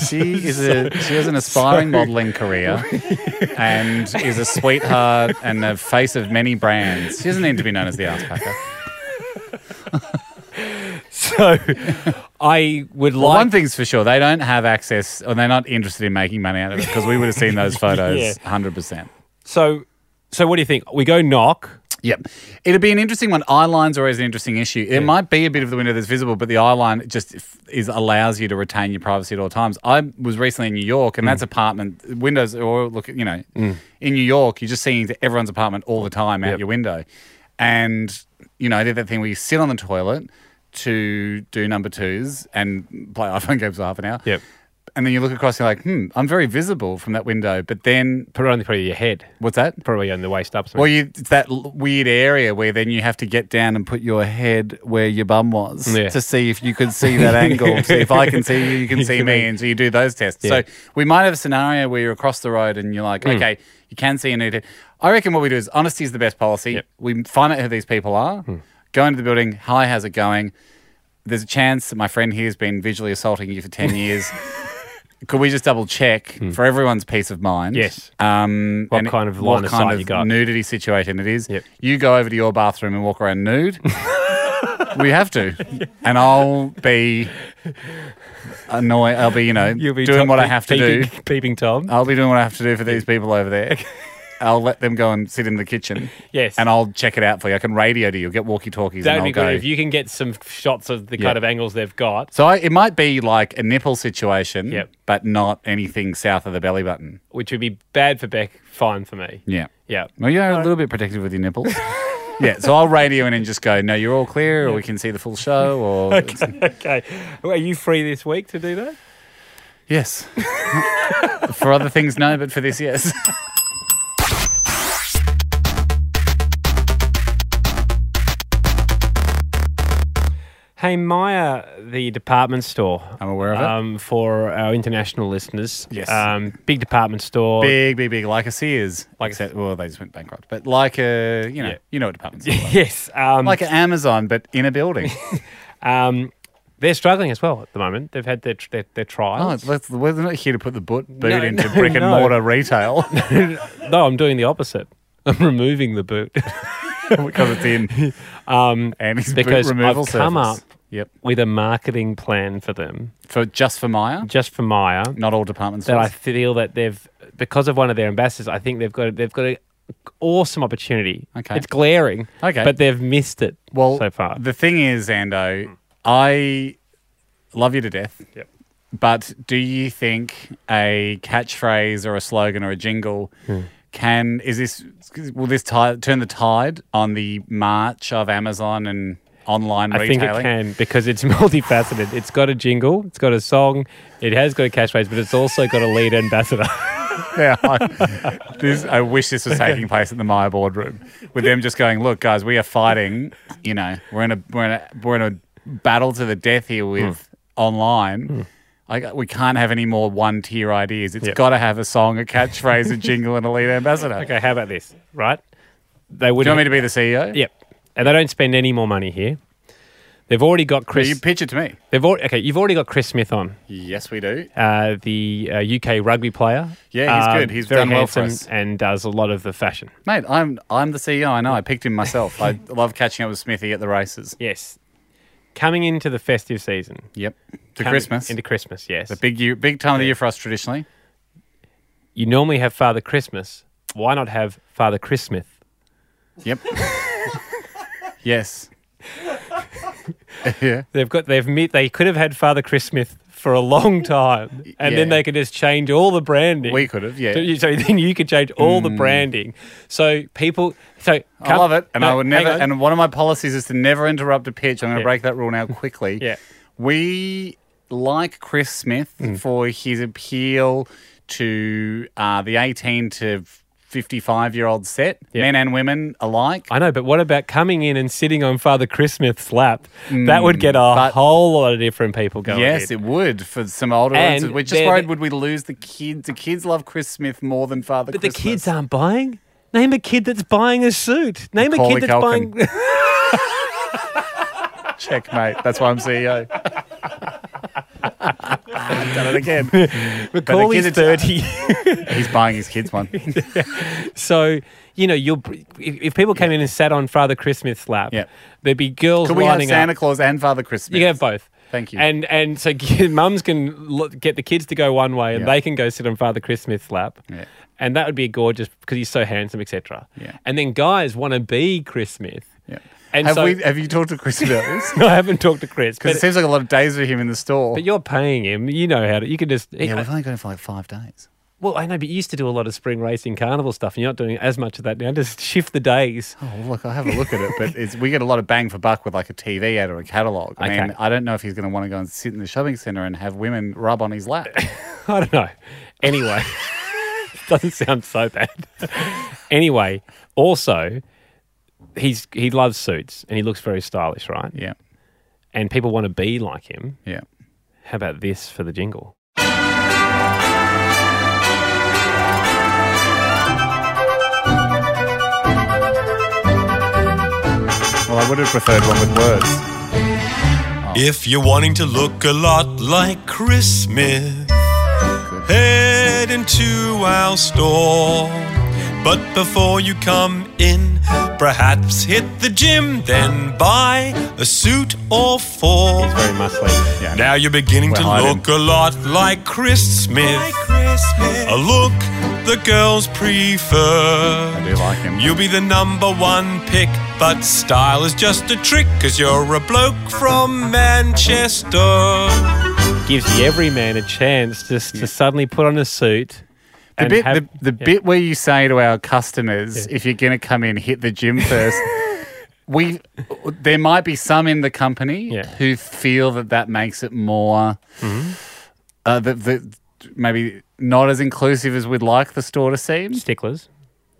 S4: she is a she has an aspiring modelling career, and is a sweetheart and the face of many brands. She doesn't need to be known as the ass packer.
S3: So I would
S4: Well,
S3: like
S4: one thing's for sure, they don't have access, or they're not interested in making money out of it because we would have seen those photos,
S3: Yeah.
S4: hundred percent.
S3: so so what do you think? We go knock.
S4: Yep. It'd be an interesting one. Eye lines are always an interesting issue. There might be a bit of the window that's visible, but the eye line just f- is allows you to retain your privacy at all times. I was recently in New York, and that's
S3: Mm.
S4: apartment windows. Or look, you know, in New York, you're just seeing into everyone's apartment all the time out
S3: Yep.
S4: your window, and you know, I did that thing where you sit on the toilet to do number twos and play iPhone games for half an hour.
S3: Yep.
S4: And then you look across, and you're like, hmm, I'm very visible from that window. But then,
S3: Put it on the probably your head.
S4: what's that?
S3: Probably on the waist up.
S4: Well, you, it's that l- weird area where then you have to get down and put your head where your bum was
S3: Yeah.
S4: to see if you could see that angle. see if I can see you, you can see me. And so you do those tests.
S3: Yeah. Hmm.
S4: So we might have a scenario where you're across the road and you're like, okay, you can see a nude head. I reckon what we do is honesty is the best policy.
S3: Yep. Hmm.
S4: We find out who these people are, go into the building, hi, how's it going? There's a chance that my friend here has been visually assaulting you for 10 years. Could we just double check for everyone's peace of mind?
S3: Hmm. Yes.
S4: Um,
S3: What
S4: and
S3: kind of line
S4: what
S3: of
S4: kind
S3: sight
S4: of
S3: you got?
S4: nudity situation it is.
S3: Yep.
S4: You go over to your bathroom and walk around nude. we have to, and I'll be annoyed. I'll be you know doing what I have to do. Oh,
S3: peeping, Peeping Tom.
S4: I'll be doing what I have to do for these people over there. I'll let them go and sit in the kitchen.
S3: Yes.
S4: and I'll check it out for you. I can radio to you. Get walkie talkies.
S3: That would
S4: and
S3: be
S4: I'll
S3: good
S4: go.
S3: if you can get some shots of the
S4: Yeah.
S3: kind of angles they've got,
S4: so I, it might be like a nipple situation,
S3: Yep.
S4: but not anything south of the belly button.
S3: which would be bad for Beck, fine for me.
S4: Yeah.
S3: Yeah.
S4: Well, you're a little bit protective with your nipples. yeah, so I'll radio in and just go, no, you're all clear, or we can see the full show, or.
S3: Okay. Well, Are you free this week to do that?
S4: Yes. for other things, no, but for this, yes.
S3: Hey, Maya, the department store.
S4: I'm aware of it.
S3: Um, for our international listeners,
S4: Yes.
S3: um, big department store.
S4: big, big, big, like a Sears.
S3: Like a-
S4: Except, well, they just went bankrupt, but like a, you know,
S3: Yeah.
S4: you know what departments are like.
S3: Yes, um,
S4: Like an Amazon, but in a building.
S3: um, they're struggling as well at the moment. They've had their their, their
S4: oh,
S3: trials.
S4: let's, we're not here to put the boot, boot
S3: No,
S4: into
S3: no,
S4: brick and
S3: no.
S4: mortar retail
S3: no, I'm doing the opposite. I'm removing the boot
S4: because it's in. Um, and it's
S3: because
S4: boot removal
S3: I've come
S4: service.
S3: up-
S4: Yep.
S3: with a marketing plan for them,
S4: For just for Maya,
S3: just for Maya.
S4: not all departments.
S3: that I feel that they've because of one of their ambassadors, I think they've got they've got an awesome opportunity.
S4: Okay.
S3: it's glaring.
S4: Okay.
S3: but they've missed it.
S4: Well,
S3: so far.
S4: the thing is, Ando, I love you to death.
S3: Yep.
S4: But do you think a catchphrase or a slogan or a jingle
S3: Hmm.
S4: can is this will this tide, turn the tide on the march of Amazon and online
S3: I think
S4: retailing?
S3: it can because it's multifaceted. It's got a jingle, it's got a song, it has got a catchphrase, but it's also got a lead ambassador.
S4: Yeah, I, this, I wish this was taking place at the Maya boardroom with them just going, "Look, guys, we are fighting. You know, we're in a we're in a we're in a battle to the death here with online. Like, we can't have any more one tier ideas. It's
S3: Yep.
S4: got to have a song, a catchphrase, a jingle, and a lead ambassador.
S3: okay, how about this? Right? They
S4: Do you
S3: wouldn't.
S4: want me to be the E CEO?
S3: yep, and they don't spend any more money here. They've already got
S4: Well,
S3: Chris.
S4: you pitch it to me.
S3: they've already, okay. You've already got Chris Smith on.
S4: Yes, we do.
S3: uh, the uh, UK rugby player. Um,
S4: Yeah, he's good. He's
S3: very
S4: done well for
S3: handsome
S4: us.
S3: and does a lot of the fashion.
S4: Mate, I'm I'm the CEO. I know. I picked him myself. I love catching up with Smithy at the races.
S3: Yes, coming into the festive season,
S4: Yep. To
S3: Coming
S4: Christmas.
S3: into Christmas. Yes,
S4: the big year, big time of the year for us traditionally.
S3: you normally have Father Christmas. Why not have Father Chris Smith?
S4: Yep. yes. yeah.
S3: They've got they've met, they could have had Father Chris Smith for a long time, and then
S4: yeah.
S3: they could just change all the branding.
S4: We could have, yeah. Mm.
S3: So you- So then you could change all the branding. So people, so
S4: I love it. And
S3: No,
S4: I would
S3: hang
S4: never
S3: on.
S4: and one of my policies is to never interrupt a pitch. I'm gonna
S3: Yeah.
S4: break that rule now quickly.
S3: Yeah.
S4: We like Chris Smith
S3: Mm.
S4: for his appeal to uh, the 18 to 55 year old set,
S3: Yeah.
S4: men and women alike.
S3: I know, but what about coming in and sitting on Father Chris Smith's lap? that would get a
S4: Mm. but-
S3: whole lot of different people going.
S4: Yes,
S3: in.
S4: it would for some older
S3: And
S4: audiences. We're just
S3: they're-
S4: worried would we lose the kids? The kids love Chris Smith more than Father
S3: but the
S4: Christmas.
S3: kids aren't buying. Name a kid that's buying a suit. Name a
S4: Macaulay
S3: kid that's
S4: Culkin.
S3: buying.
S4: E Checkmate. That's why I'm CEO. I've done it again.
S3: Macaulay's
S4: kids are-
S3: 30.
S4: He's buying his kids one.
S3: so, you know, you'll, if, if people came in and sat on Father Christmas' lap,
S4: Yeah.
S3: there'd be girls
S4: Could we have
S3: lining
S4: Santa
S3: up.
S4: Claus and Father Christmas?
S3: You can have both.
S4: Thank you.
S3: And and so mums can lo- get the kids to go one way, and
S4: Yeah.
S3: they can go sit on Father Christmas' lap,
S4: Yeah.
S3: and that would be gorgeous because he's so handsome, etc.
S4: Yeah.
S3: And then guys want to be Chris Smith.
S4: Yeah.
S3: And
S4: have
S3: so
S4: we? Have you talked to Chris about this?
S3: No, I haven't talked to Chris,
S4: Because it
S3: but,
S4: seems like a lot of days for him in the store.
S3: but you're paying him. You know how to. You can just.
S4: yeah, we've only got him for like five days.
S3: well, I know, but you used to do a lot of spring racing, carnival stuff, and you're not doing as much of that now. Just shift the days.
S4: Oh, well, look, I'll have a look at it, but it's, we get a lot of bang for buck with like a TV ad or a catalogue. I mean,
S3: Okay.
S4: I don't know if he's going to want to go and sit in the shopping centre and have women rub on his lap.
S3: I don't know. Anyway, doesn't sound so bad. anyway, also, he's he loves suits and he looks very stylish, right?
S4: yeah,
S3: And people want to be like him.
S4: yeah.
S3: How about this for the jingle?
S4: Well, I would have preferred one with words.
S2: If you're wanting to look a lot like Chris Smith, head into our store. But before you come in, perhaps hit the gym, then buy a suit or four.
S3: He's very muscly.
S4: Yeah.
S2: Now you're beginning
S4: We're
S2: to
S4: hiding.
S2: look a lot like Chris Smith. A look the girls prefer.
S4: I do like him.
S2: You'll be the number one pick, but style is just a trick, cause you're a bloke from Manchester.
S3: Gives the everyman a chance just to suddenly put on a suit.
S4: the
S3: and
S4: bit,
S3: have-
S4: the, the bit where you say to our customers, if you're going to come in, hit the gym first. we, there might be some in the company
S3: Yeah. Mm-hmm.
S4: who feel that that makes it more, uh, the, the, maybe not as inclusive as we'd like the store to seem.
S3: sticklers.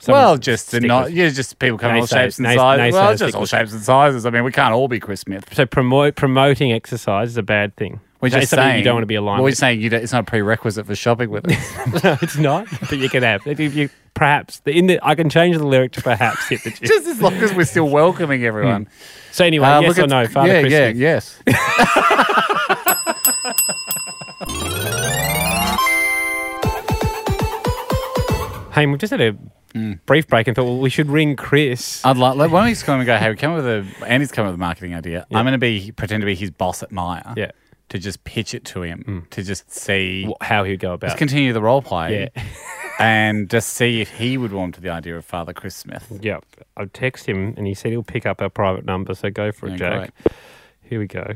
S4: well,
S3: Some
S4: just the
S3: sticklers.
S4: not, yeah, just people come in all
S3: Naysayers,
S4: shapes and
S3: nays-
S4: sizes. Well,
S3: naysayers,
S4: just all
S3: stickers.
S4: shapes and sizes. I mean, we can't all be Chris Smith.
S3: So promote, promoting exercise is a bad thing.
S4: We're
S3: It's
S4: just
S3: something
S4: saying
S3: you don't want to be aligned
S4: We're
S3: with.
S4: just saying you don't, it's not a prerequisite for shopping with us.
S3: no, it's not. But you can have. If you, perhaps in the, I can change the lyric to perhaps hit the gym.
S4: just as long as we're still welcoming
S3: Hmm.
S4: everyone.
S3: So anyway,
S4: Uh,
S3: yes
S4: look
S3: or
S4: at-
S3: no, Father
S4: yeah,
S3: Chris
S4: yeah,
S3: Smith.
S4: yes.
S3: Hey, we've just had a
S4: Mm.
S3: brief break and thought, well, we should ring Chris.
S4: I'd like. like, Why don't we just come and go? Hey, we come up with a. Andy's come up with a marketing idea. I'm going to be pretend to be his boss at Maya.
S3: Yeah. Mm.
S4: To just pitch it to him to just see.
S3: Wh- How he would go
S4: Let's
S3: about it.
S4: continue the role play.
S3: Yeah.
S4: and just see if he would warm to the idea of Father Chris Smith.
S3: Yeah. I'll text him and he said he'll pick up our private number, so go for it,
S4: Yeah,
S3: Jack.
S4: great.
S3: Here we go.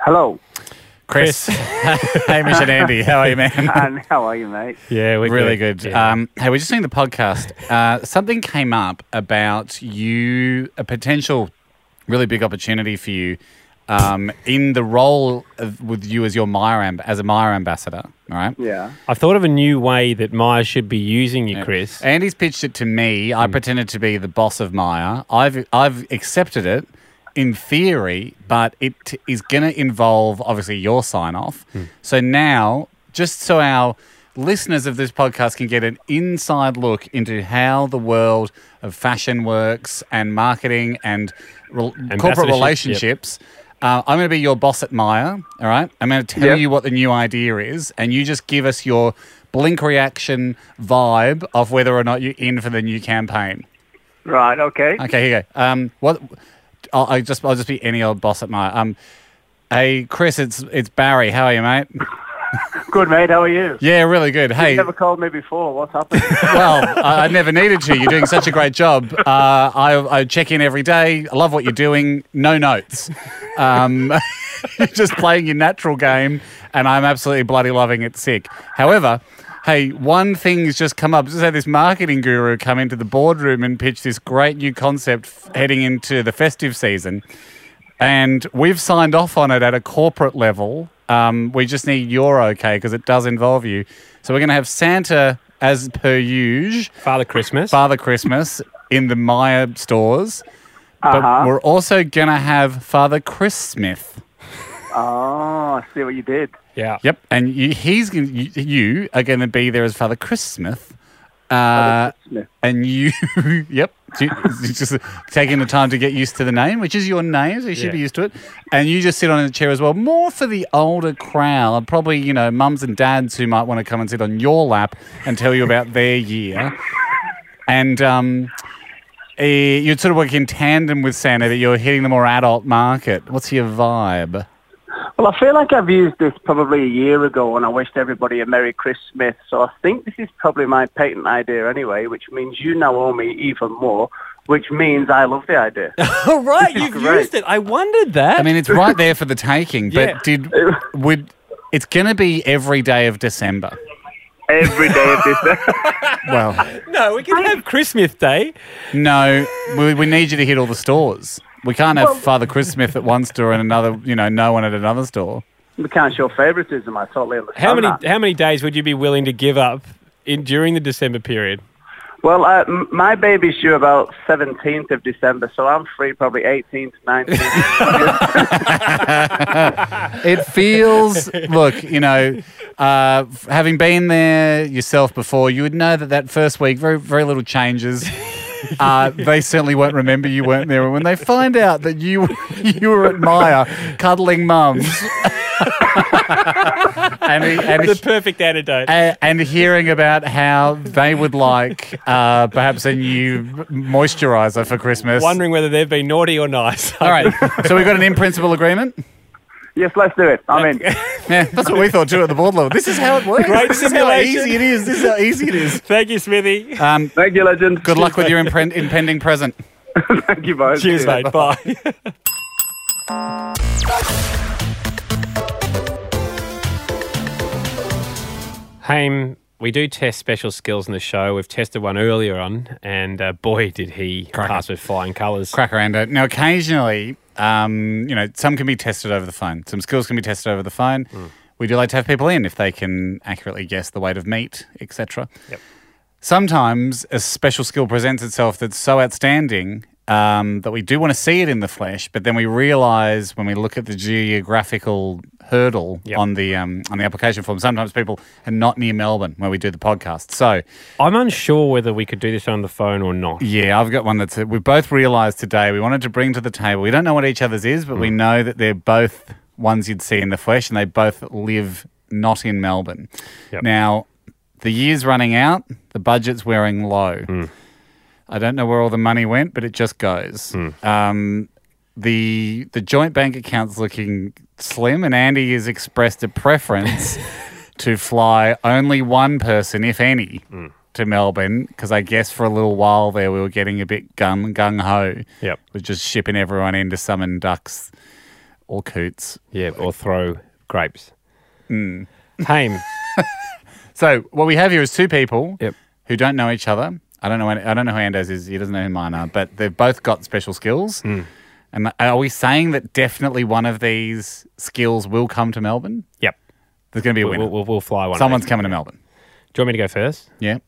S10: Hello,
S4: Chris, hey, Mitch and Andy, how are you, man?
S10: and how are you, mate?
S3: Yeah, we're
S4: really good. Um, hey, we're just doing the podcast. Uh, something came up about you, a potential really big opportunity for you um, in the role of, with you as your Maya amb- as a Maya ambassador. All right.
S10: Yeah.
S3: I thought of a new way that Maya should be using you,
S4: Yeah.
S3: Chris.
S4: Andy's pitched it to me. I pretended to be the boss of Maya. I've I've accepted it in theory, but it t- is going to involve obviously your sign off. So now, just so our listeners of this podcast can get an inside look into how the world of fashion works and marketing and re- corporate
S3: Ambassadorship, yep.
S4: relationships. Uh, I'm going to be your boss at Maya. All right. I'm going to tell
S10: Yep.
S4: you what the new idea is, and you just give us your blink reaction vibe of whether or not you're in for the new campaign.
S10: Right. Okay.
S4: Okay. Here you go. Um, what? I'll, I just I'll just be any old boss at Maya. Um, hey Chris, it's it's Barry. How are you, mate?
S10: Good, mate. How are you?
S4: Yeah, really good. Hey.
S10: You never called me before. What's happened?
S4: well, I, I never needed to. You're doing such a great job. Uh, I, I check in every day. I love what you're doing. No notes. Um, you're just playing your natural game, and I'm absolutely bloody loving it sick. However, hey, one thing's just come up. Just had this marketing guru come into the boardroom and pitch this great new concept f- heading into the festive season and we've signed off on it at a corporate level. Um, we just need your okay because it does involve you. So we're going to have Santa as per usual,
S3: Father Christmas.
S4: Father Christmas in the Maya stores, but
S10: Uh-huh.
S4: we're also going to have Father Chris Smith.
S10: oh, I see what you did.
S3: yeah.
S4: Yep, and you, he's gonna, you, you are going to be there as Father Chris Smith. Uh, and you, yep, you- it's just taking the time to get used to the name, which is your name, so you should
S3: Yeah.
S4: be used to it. And you just sit on a chair as well, more for the older crowd, probably, you know, mums and dads who might want to come and sit on your lap and tell you about their year. And um, eh, you'd sort of work in tandem with Santa that you're hitting the more adult market. What's your vibe?
S10: Well, I feel like I've used this probably a year ago and I wished everybody a Merry Christmas. So I think this is probably my patent idea anyway, which means you now owe me even more, which means I love the idea.
S5: All right, you've
S10: Great.
S5: used it. I wondered that.
S4: I mean, it's right there for the taking, but did would it's going to be every day of December?
S10: Every day of this.
S4: Well,
S5: no, we can have Christmas Day.
S4: no, we, we need you to hit all the stores. We can't have Father Christmas at one store and another, you know, no one at another store.
S10: We can't show favouritism. I totally understand
S3: How many
S10: that.
S3: how many days would you be willing to give up in during the December period?
S10: Well, uh, m- my baby's due about 17th of December, so I'm free probably 18th, 19th.
S4: It feels, look, you know, uh, f- having been there yourself before, you would know that that first week, very, very little changes. Uh, they certainly won't remember you weren't there. And when they find out that you you were at Maya cuddling mums and, and
S3: The perfect antidote.
S4: A- and hearing about how they would like uh, perhaps a new moisturizer for Christmas.
S3: Wondering whether they've been naughty or nice.
S4: All right, so we've got an in principle agreement.
S10: yes, let's do it. I'm in.
S4: Yeah, that's what we thought too at the board level. This is how it works.
S3: Great
S4: this is how
S3: simulation.
S4: easy it is. This is how easy it is.
S3: Thank you, Smithy.
S4: Um,
S10: Thank you, legend.
S4: good luck with your impren- impending present.
S10: Thank you both.
S3: Cheers, mate. Bye. Haim, we do test special skills in the show. We've tested one earlier on, and uh, boy, did he pass with flying colours.
S4: Cracker Ando. Now, occasionally, um, you know, some can be tested over the phone. Some skills can be tested over the phone. We do like to have people in if they can accurately guess the weight of meat, etc. Yep. Sometimes a special skill presents itself that's so outstanding um, that we do want to see it in the flesh, but then we realise when we look at the geographical hurdle
S3: Yep.
S4: on the um, on the application form, sometimes people are not near Melbourne where we do the podcast. So.
S3: I'm unsure whether we could do this on the phone or not.
S4: Yeah, I've got one that's we both realised today we wanted to bring to the table. We don't know what each other's is, but we know that they're both ones you'd see in the flesh, and they both live not in Melbourne.
S3: Yep.
S4: Now, the year's running out, the budget's wearing low. I don't know where all the money went, but it just goes. Um, the the joint bank account's looking slim, and Andy has expressed a preference to fly only one person, if any, to Melbourne. Because I guess for a little while there, we were getting a bit gung gung ho.
S3: Yep.
S4: we're just shipping everyone in to summon ducks or coots.
S3: Yeah, or throw grapes.
S4: Hmm.
S3: Haim,
S4: So what we have here is two people
S3: Yep.
S4: who don't know each other. I don't know. when- I don't know who Ando's is. He doesn't know who mine are. But they've both got special skills.
S3: Hmm.
S4: And are we saying that definitely one of these skills will come to Melbourne?
S3: yep.
S4: There's going to be a
S3: We'll,
S4: winner.
S3: we'll- we'll fly one.
S4: Someone's
S3: day.
S4: coming to Melbourne.
S3: Do you want me to go first?
S4: Yeah.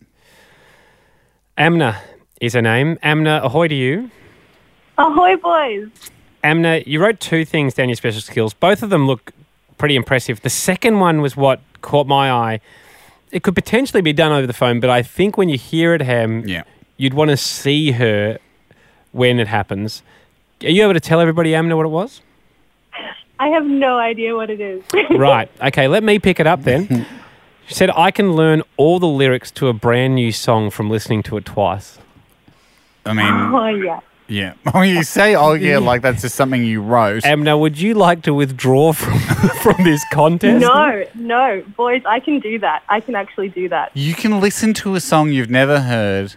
S3: Amna is her name. Amna, ahoy to you.
S8: Ahoy, boys.
S3: Amna, you wrote two things down your special skills. Both of them look pretty impressive. The second one was what caught my eye. It could potentially be done over the phone, but I think when you hear it, Ham,
S4: Yeah.
S3: you'd want to see her when it happens. Are you able to tell everybody, Amna, what it was?
S8: I have no idea what it is.
S3: right. Okay, let me pick it up then. She said, I can learn all the lyrics to a brand new song from listening to it twice.
S4: I mean,
S8: oh, yeah.
S4: yeah. Oh, you say, oh yeah, like that's just something you wrote.
S3: Amna, would you like to withdraw from, from this contest?
S8: No, no, boys, I can do that. I can actually do that.
S4: You can listen to a song you've never heard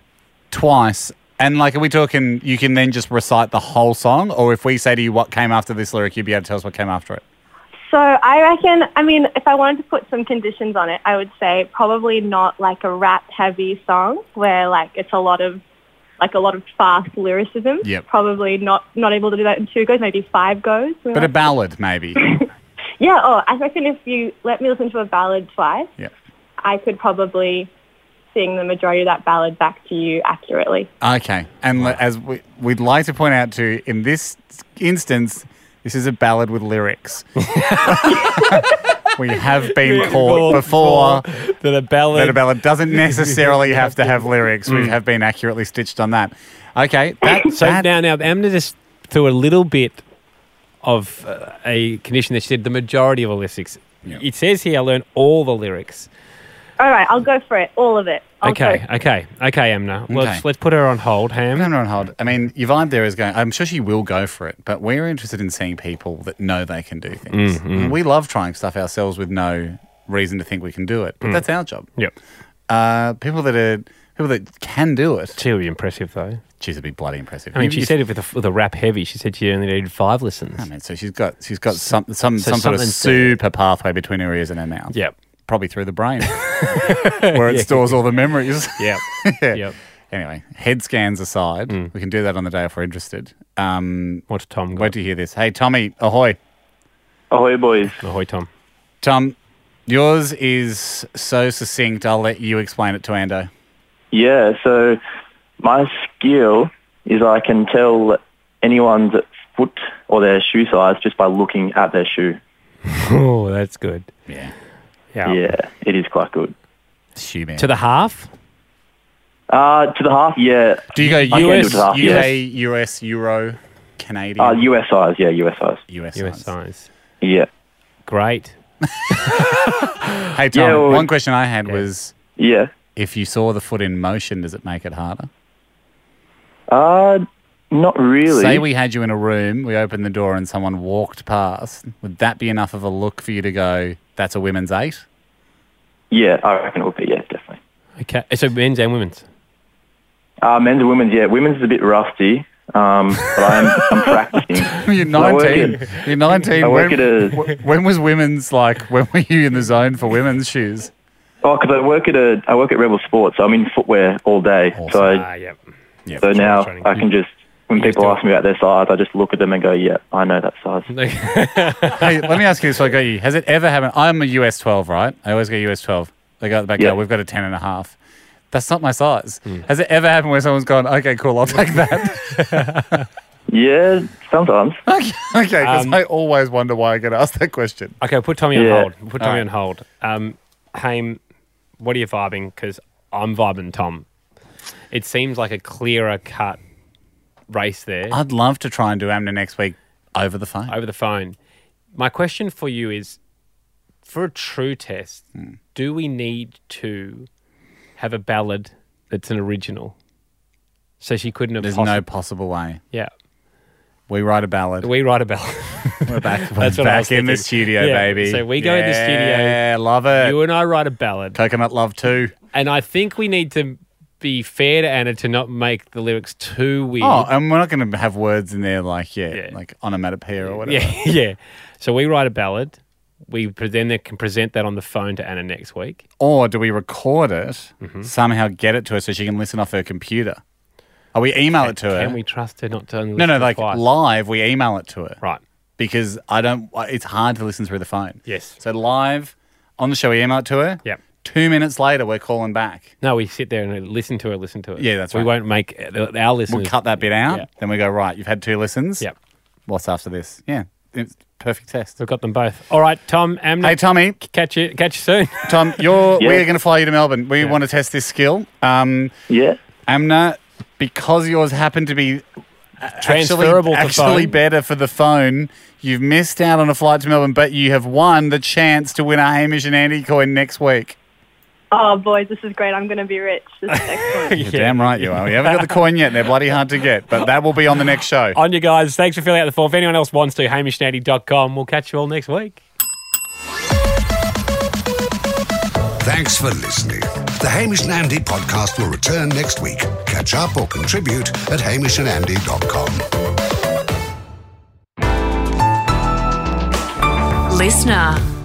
S4: twice. And like, are we talking? You can then just recite the whole song, or if we say to you what came after this lyric, you'd be able to tell us what came after it.
S8: So I reckon, I mean, if I wanted to put some conditions on it, I would say probably not like a rap-heavy song where like it's a lot of like a lot of fast lyricism.
S4: Yep.
S8: Probably not not able to do that in two goes, maybe five goes. We
S4: But a
S8: like-
S4: ballad, maybe.
S8: yeah. Oh, I reckon if you let me listen to a ballad twice,
S4: yeah.
S8: I could probably sing the majority of that ballad back to you accurately.
S4: Okay. And le- as we, we'd like to point out too, in this instance, this is a ballad with lyrics. We have been caught before
S3: that a ballad
S4: that a ballad doesn't necessarily have to Hmm. have lyrics. We have been accurately stitched on that. Okay, that,
S3: so
S4: that-
S3: now, now, Amna just threw a little bit of uh, a condition that she said the majority of the lyrics. It says here, I learn all the lyrics.
S8: All right, I'll go for it. All of it. I'll go
S3: okay, okay, okay, Amna. Let's,
S4: Okay.
S3: let's put her on hold, Ham.
S4: Put her on hold. I mean, your vibe there is going. I'm sure she will go for it, but we're interested in seeing people that know they can do things.
S3: Mm,
S4: And we love trying stuff ourselves with no reason to think we can do it, but
S3: Mm.
S4: that's our job.
S3: Yep.
S4: Uh, people that are people that can do it.
S3: She would be impressive, though.
S4: She's would be bloody impressive.
S3: I mean,
S4: Even
S3: she
S4: if-
S3: said it with a, with a rap heavy. She said she only needed five listens.
S4: I mean, so she's got she's got some some
S3: So
S4: some sort of
S3: something's there.
S4: super pathway between her ears and her mouth.
S3: Yep.
S4: Probably through the brain, where it stores all the memories.
S3: Yep.
S4: Yeah.
S3: Yep.
S4: Anyway, head scans aside,
S3: Mm.
S4: we can do that on the day if we're interested. Um,
S3: What's Tom got?
S4: wait to hear this. Hey, Tommy, ahoy.
S1: Ahoy, boys.
S3: Ahoy, Tom.
S4: Tom, yours is so succinct. I'll let you explain it to Ando.
S1: Yeah, so my skill is I can tell anyone's foot or their shoe size just by looking at their shoe.
S3: Oh, that's good.
S4: Yeah.
S3: Yeah.
S1: Yeah, it is quite good.
S4: Shoe man.
S3: To the half?
S1: Uh, to the half, yeah.
S4: Do you go
S1: I can do
S4: US,
S1: to the half,
S4: UK,
S1: yeah.
S4: US, Euro, Canadian?
S1: Uh, US size, yeah, US size.
S4: US,
S3: US
S4: US.
S3: size.
S1: Yeah.
S3: Great.
S4: Hey, Tom,
S1: Yeah, well-
S4: one question I had was
S1: Yeah.
S4: if you saw the foot in motion, does it make it harder?
S1: Uh, not really.
S4: Say we had you in a room, we opened the door, and someone walked past. Would that be enough of a look for you to go, that's a women's eight?
S1: yeah, I reckon it would be, yeah, definitely.
S3: Okay. So men's and women's.
S1: Uh, men's and women's, yeah. Women's is a bit rusty, um, but I'm, I'm practicing.
S4: You're
S1: I work
S4: 19. You're 19.
S1: I work
S4: when,
S1: at a-
S4: wh- when was women's like, when were you in the zone for women's shoes?
S1: Oh, because I work at a I work at Rebel Sports, so I'm in footwear all day. So I,
S3: Ah, yep.
S1: so now
S3: training.
S1: I can just when
S3: Mm. do
S1: people
S3: it. Mm.
S1: ask me about their size, I just look at them and go, yeah, I know that size.
S4: hey, let me ask you this. so I got you. Has it ever happened? I'm a US 12, right? I always go US 12. They go at the back,
S1: Yeah. Hmm.
S4: yeah, we've got a 10 and a half. That's not my size. Has it ever happened where someone's gone, okay, cool, I'll take that?
S1: Yeah, sometimes.
S4: okay, because
S3: Um,
S4: I always wonder why I get asked that question.
S3: Okay, put Tommy
S1: Yeah.
S3: on hold. Put Tommy
S4: right.
S3: on hold. Um, Haim, what are you vibing? Because I'm vibing Tom. It seems like a clearer cut race there
S4: I'd love to try and do Amna next week over the phone.
S3: over the phone. My question for you is for a true test,
S4: Hmm.
S3: do we need to have a ballad that's an original? So she couldn't have
S4: There's
S3: possi-
S4: no possible way.
S3: Yeah.
S4: We write a ballad.
S3: We write a ballad.
S4: We're back, we're
S3: That's what I was
S4: back in the
S3: thinking.
S4: studio,
S3: Yeah,
S4: baby.
S3: so we go in the studio.
S4: Yeah, love it.
S3: you and I write a ballad.
S4: Coconut Love too.
S3: And I think we need to be fair to Anna to not make the lyrics too weird.
S4: Oh, and we're not going to have words in there like, yeah,
S3: Yeah.
S4: like onomatopoeia or whatever.
S3: yeah, yeah. So we write a ballad. We pre- then they can present that on the phone to Anna next week.
S4: Or do we record it,
S3: Mm-hmm.
S4: somehow get it to her so she can listen off her computer? Or we email it to her.
S3: Can we trust her not to only
S4: no, no,
S3: listen
S4: like
S3: twice?
S4: live, we email it to her.
S3: right.
S4: Because I don't, it's hard to listen through the phone.
S3: Yes.
S4: So live on the show, we email it to her.
S3: Yep.
S4: Two minutes later, we're calling back.
S3: No, we sit there and listen to her, listen to it.
S4: Yeah, that's
S3: we
S4: right.
S3: won't make uh, the- our listeners.
S4: We'll cut that bit out.
S3: Yeah.
S4: Then we go, right, you've had two listens.
S3: Yep,
S4: What's after this? Yeah. It's perfect test.
S3: we've got them both. All right, Tom, Amna,
S4: Hey, Tommy.
S3: catch you, catch you soon.
S4: Tom, you're,
S1: Yeah.
S4: we're going to fly you to Melbourne. We want to test this skill. Um,
S1: Yeah.
S4: Amna, because yours happened to be actually,
S3: Transferable to
S4: actually
S3: phone.
S4: better for the phone, you've missed out on a flight to Melbourne, but you have won the chance to win a Hamish and Andy coin next week.
S8: Oh, boys, this is great. I'm going to be rich. This is excellent.
S4: You're damn right you are. We haven't got the coin yet. They're bloody hard to get, but that will be on the next show.
S3: On you guys. Thanks for filling out the form. If anyone else wants to, hamishnandy.com. We'll catch you all next week.
S11: Thanks for listening. The Hamish and Andy podcast will return next week. Catch up or contribute at hamishandandy.com.
S12: Listener.